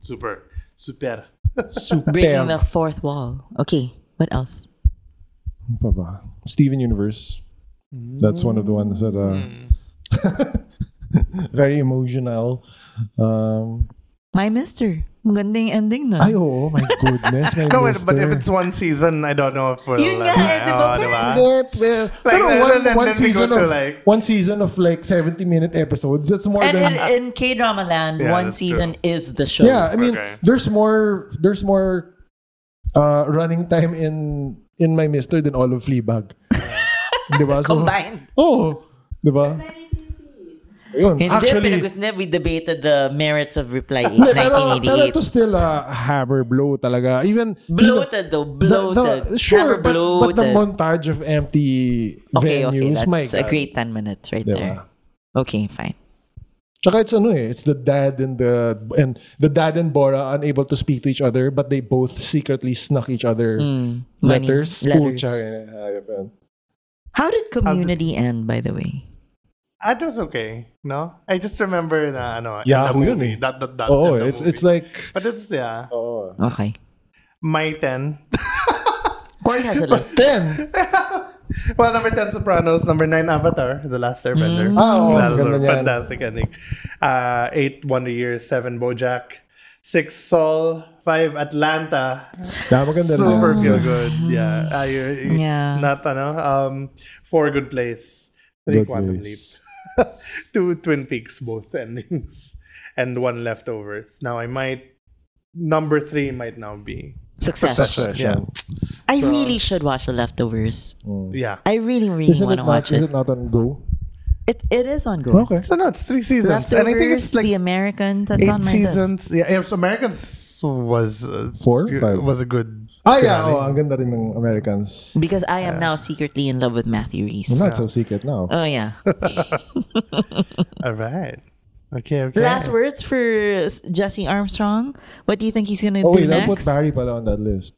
B: Super. Super.
C: Super.
A: Breaking the fourth wall. Okay, what else?
C: Ano pa ba? Steven Universe. That's one of the ones that uh, very emotional. Um,
A: My Mister. Magandang ending na.
C: ay, oo, oh my goodness, my
B: No,
C: no,
B: but if it's one season, I don't know if we'll.
A: Yun nga eh, di ba,
B: oh,
A: friend?
B: diba? Like, then-
C: pero one,
B: then-
C: one
B: then we go
C: season
B: to
C: of
B: like-
C: one season of like 70 minute episodes that's more
A: and
C: than
A: in, in K drama land,
B: Yeah,
A: one
B: that's
A: season is the show.
C: yeah i mean
B: Okay.
C: there's more there's more uh running time in in my mister than all of Fleabag diba so
A: Combined.
C: oh diba yun
A: Hindi,
C: actually
A: pinag- hindi, we debated the merits of Reply 8,
C: Hindi, pero, pero
A: 1988.
C: ito still a hammer blow talaga. Even,
A: bloated though,
C: even the,
A: bloated.
C: the, sure,
A: Hammer
C: but, but
A: bloated.
C: the montage of empty
A: okay, okay,
C: venues, my
A: that's a
C: God.
A: great 10 minutes right
C: Diba?
A: there. Okay, fine.
C: Tsaka it's ano eh, it's the dad and the and the dad and Bora unable to speak to each other but they both secretly snuck each
A: Mm.
C: other
A: Hmm, money,
C: letters.
A: letters.
C: Pucha, eh, hayop yan.
A: How did community end, by the way?
B: That Ah, was okay. No, I just remember na ano. in the
C: Yahoo yun
B: movie,
C: eh.
B: That that that.
C: Oo,
B: in the
C: it's
B: movie.
C: it's like
B: But it's yeah.
C: oh.
A: Okay.
B: My ten.
A: Corn has a list.
C: Ten.
B: well, number 10, Sopranos. Number 9, Avatar, The Last Airbender.
A: Mm.
C: Oh,
B: that was a
C: ganda niyan.
B: fantastic ending. Uh, 8, Wonder Years. 7, Bojack. 6, Saul. 5, Atlanta.
C: Yeah, maganda rin.
B: Super feel good.
C: Mm-hmm.
B: Yeah. Uh, you, you-
A: Yeah.
B: Not, ano, um, 4, Good Place. 3,
C: Good
B: Quantum
C: ways.
B: Leap. 2, Twin Peaks, both endings. And 1, Leftovers. Now, I might... Number 3 might now be...
A: Success.
C: Succession.
A: I really should watch The Leftovers.
B: Yeah.
A: I really, really
C: Isn't
A: want
C: it
A: to
C: not?
A: watch
C: Is
A: it.
C: it not on Go?
A: It it is on Go.
C: Okay.
B: So, no, it's three seasons.
A: Leftovers,
B: And I think it's like
A: The Americans. That's on
B: eight
A: my list.
B: seasons. Yeah, if Americans was uh,
C: Four? Five?
B: was a good.
C: Ah, yeah. Oh, ang ganda rin ng Americans.
A: Because I am now secretly in love with Matthew Reese.
C: Not so secret now.
A: Oh yeah.
B: All right. Okay. Okay.
A: Last words for Jesse Armstrong. What do you think he's gonna
C: oh,
A: do
C: wait. I put
A: next?
C: Barry pala on that list.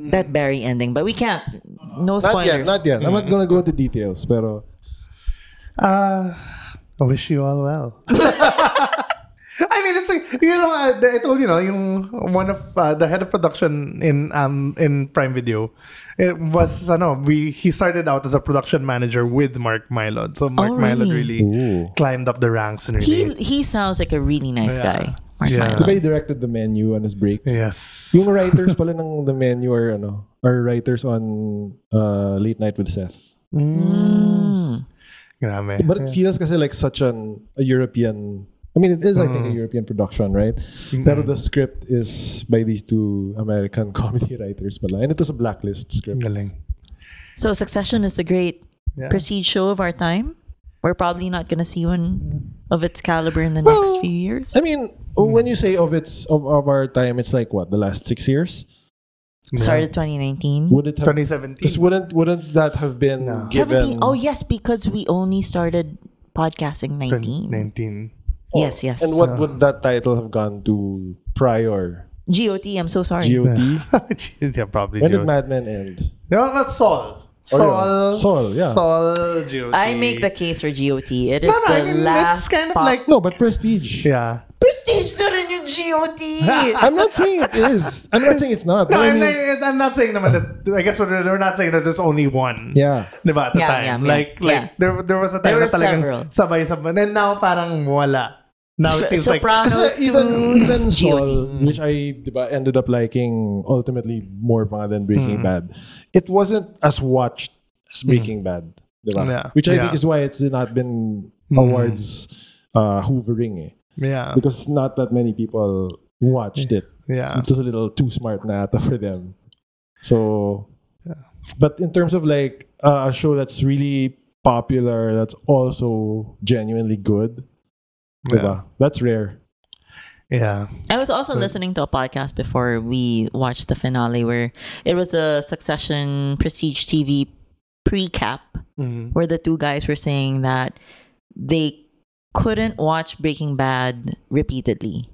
A: that Barry ending, but we can't. No
C: Not
A: spoilers.
C: yet. Not yet. I'm not
A: Mm.
C: gonna go into details, pero...
B: Uh, I wish you all well. I mean, it's like you know, uh, I told you know, yung one of uh, the head of production in um in Prime Video, it was ano, we he started out as a production manager with Mark Mylod, so Mark
A: Oh,
B: Mylod
A: really?
B: really climbed up the ranks and
A: He
B: really
A: he sounds like a really nice
B: Yeah.
A: guy. Mark
B: Yeah.
A: Mylod.
C: Diba he directed the menu on his break?
B: yes,
C: Yung writers pala ng the menu are, ano, are writers on uh, Late Night with Seth.
A: Mm.
B: Grabe.
C: But it feels kasi like such an a European. I mean, it is I think a European production, right? Pero the script is by these two American comedy writers, pala. and it was a blacklist script.
B: Galing.
A: So Succession is the great
B: Yeah.
A: prestige show of our time. We're probably not gonna see one of its caliber in the next
C: Well,
A: few years.
C: I mean, when you say of its of, of our time, it's like what the last six years.
A: Started 2019.
C: Would it have?
B: 2017.
C: Because wouldn't wouldn't that have been
B: No.
A: 17.
C: given?
A: Oh yes, because we only started podcasting 19.
B: 19.
A: Yes, yes.
C: Oh, And what would that title have gone to prior?
A: GOT, I'm so sorry.
C: GOT.
B: yeah, probably.
C: When
B: GOT.
C: did Mad Men end?
B: No, not Sol. Sol.
C: yeah. Sol, yeah.
B: Sol, GOT.
A: I make the case for GOT. It is
B: No, no,
A: the
B: I mean,
A: last
B: it's kind of
A: pod-
B: like.
C: No, but Prestige.
B: Yeah.
A: prestige na rin yung GOT.
C: I'm not saying it is. I'm not saying it's not.
B: No,
C: but I
B: I'm,
C: mean,
B: not, I'm not saying naman that. I guess we're, we're not saying that there's only one.
C: yeah.
B: Diba, at the
A: Yeah,
B: time.
A: yeah, yeah,
B: like, like
A: yeah.
B: There, there was a time
A: There
B: na
A: were
B: talagang
A: several.
B: sabay-sabay. And now parang wala. Now it seems like.
A: Sopranos
C: Kasi even,
A: to
C: even
A: GOT.
C: Sol, which I diba, ended up liking ultimately more pa nga than Breaking
B: Mm-hmm.
C: Bad, it wasn't as watched as Breaking Bad. Diba?
B: Yeah.
C: Which I
B: Yeah. Mm-hmm.
C: think is why it's not been awards uh, hoovering eh.
B: Yeah.
C: Because not that many people watched it.
B: Yeah.
C: It was a little too smart na ata for them. So, but in terms of like uh, a show that's really popular, that's also genuinely good,
B: Yeah.
C: diba? that's rare.
B: yeah.
A: I was also listening to a podcast before we watched the finale where it was a Succession Prestige TV pre-cap
B: Mhm.
A: where the two guys were saying that they couldn't watch Breaking Bad repeatedly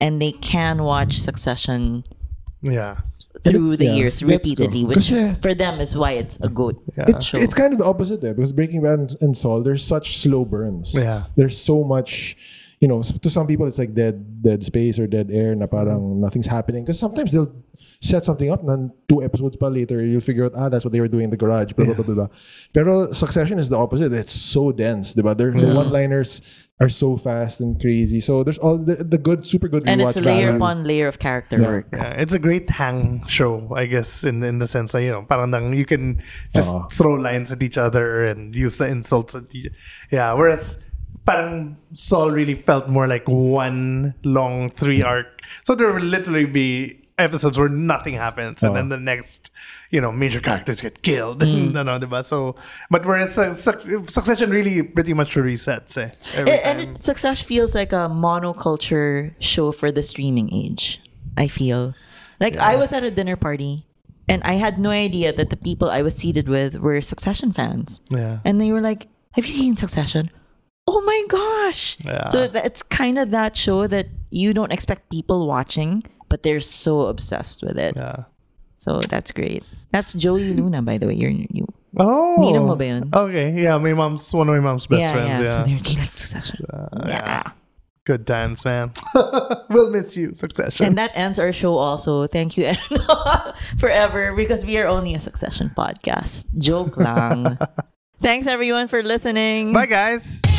A: and they can watch Succession
B: Yeah.
A: through the
C: Yeah,
A: years
C: let's go.
A: repeatedly, which
C: Kasi-
A: for them is why it's a good
B: Yeah.
C: It's,
A: show.
C: it's kind of the opposite there because Breaking Bad and Saul, there's such slow burns.
B: Yeah.
C: There's so much, you know, s- to some people it's like dead dead space or dead air na parang nothing's happening. Because sometimes they'll set something up and then two episodes pa later you'll figure out, ah, that's what they were doing in the garage, blah, blah, blah, blah, blah. Pero Succession is the opposite. It's so dense, diba? Their- The one-liners are so fast and crazy. So there's all the, the good, super good
A: and it's
C: rewatch
A: layer
C: value.
A: upon layer of character work.
B: Yeah, it's a great hang show, I guess, in in the sense that you know, parang nang- you can just
C: Oo.
B: throw lines at each other and use the insults at each. Yeah, whereas parang Saul really felt more like one long three arc. So there will literally be episodes where nothing happens, and then the next, you know, major characters get killed. and
A: Mm.
B: ano, diba? So, but whereas uh, Suc- Succession really pretty much resets. Eh, every
A: It- and it, Success feels like a monoculture show for the streaming age. I feel like I was at a dinner party and I had no idea that the people I was seated with were Succession fans,
B: time. yeah.
A: and they were like, "Have you seen Succession?" oh my gosh.
B: Yeah.
A: So that, it's kind of that show that you don't expect people watching, but they're so obsessed with it.
B: Yeah.
A: So that's great. That's Joey Luna, by the way. You're you.
B: Oh.
A: Nina mo ba yun?
B: Okay. Yeah, my mom's one of my mom's best
A: yeah,
B: friends.
A: yeah.
B: Yeah.
A: So they're they like Succession. yeah.
B: Good times, man. we'll miss you, Succession.
A: And that ends our show also. Thank you, Erno, forever because we are only a Succession podcast. Joke lang. Thanks everyone for listening.
B: Bye, guys.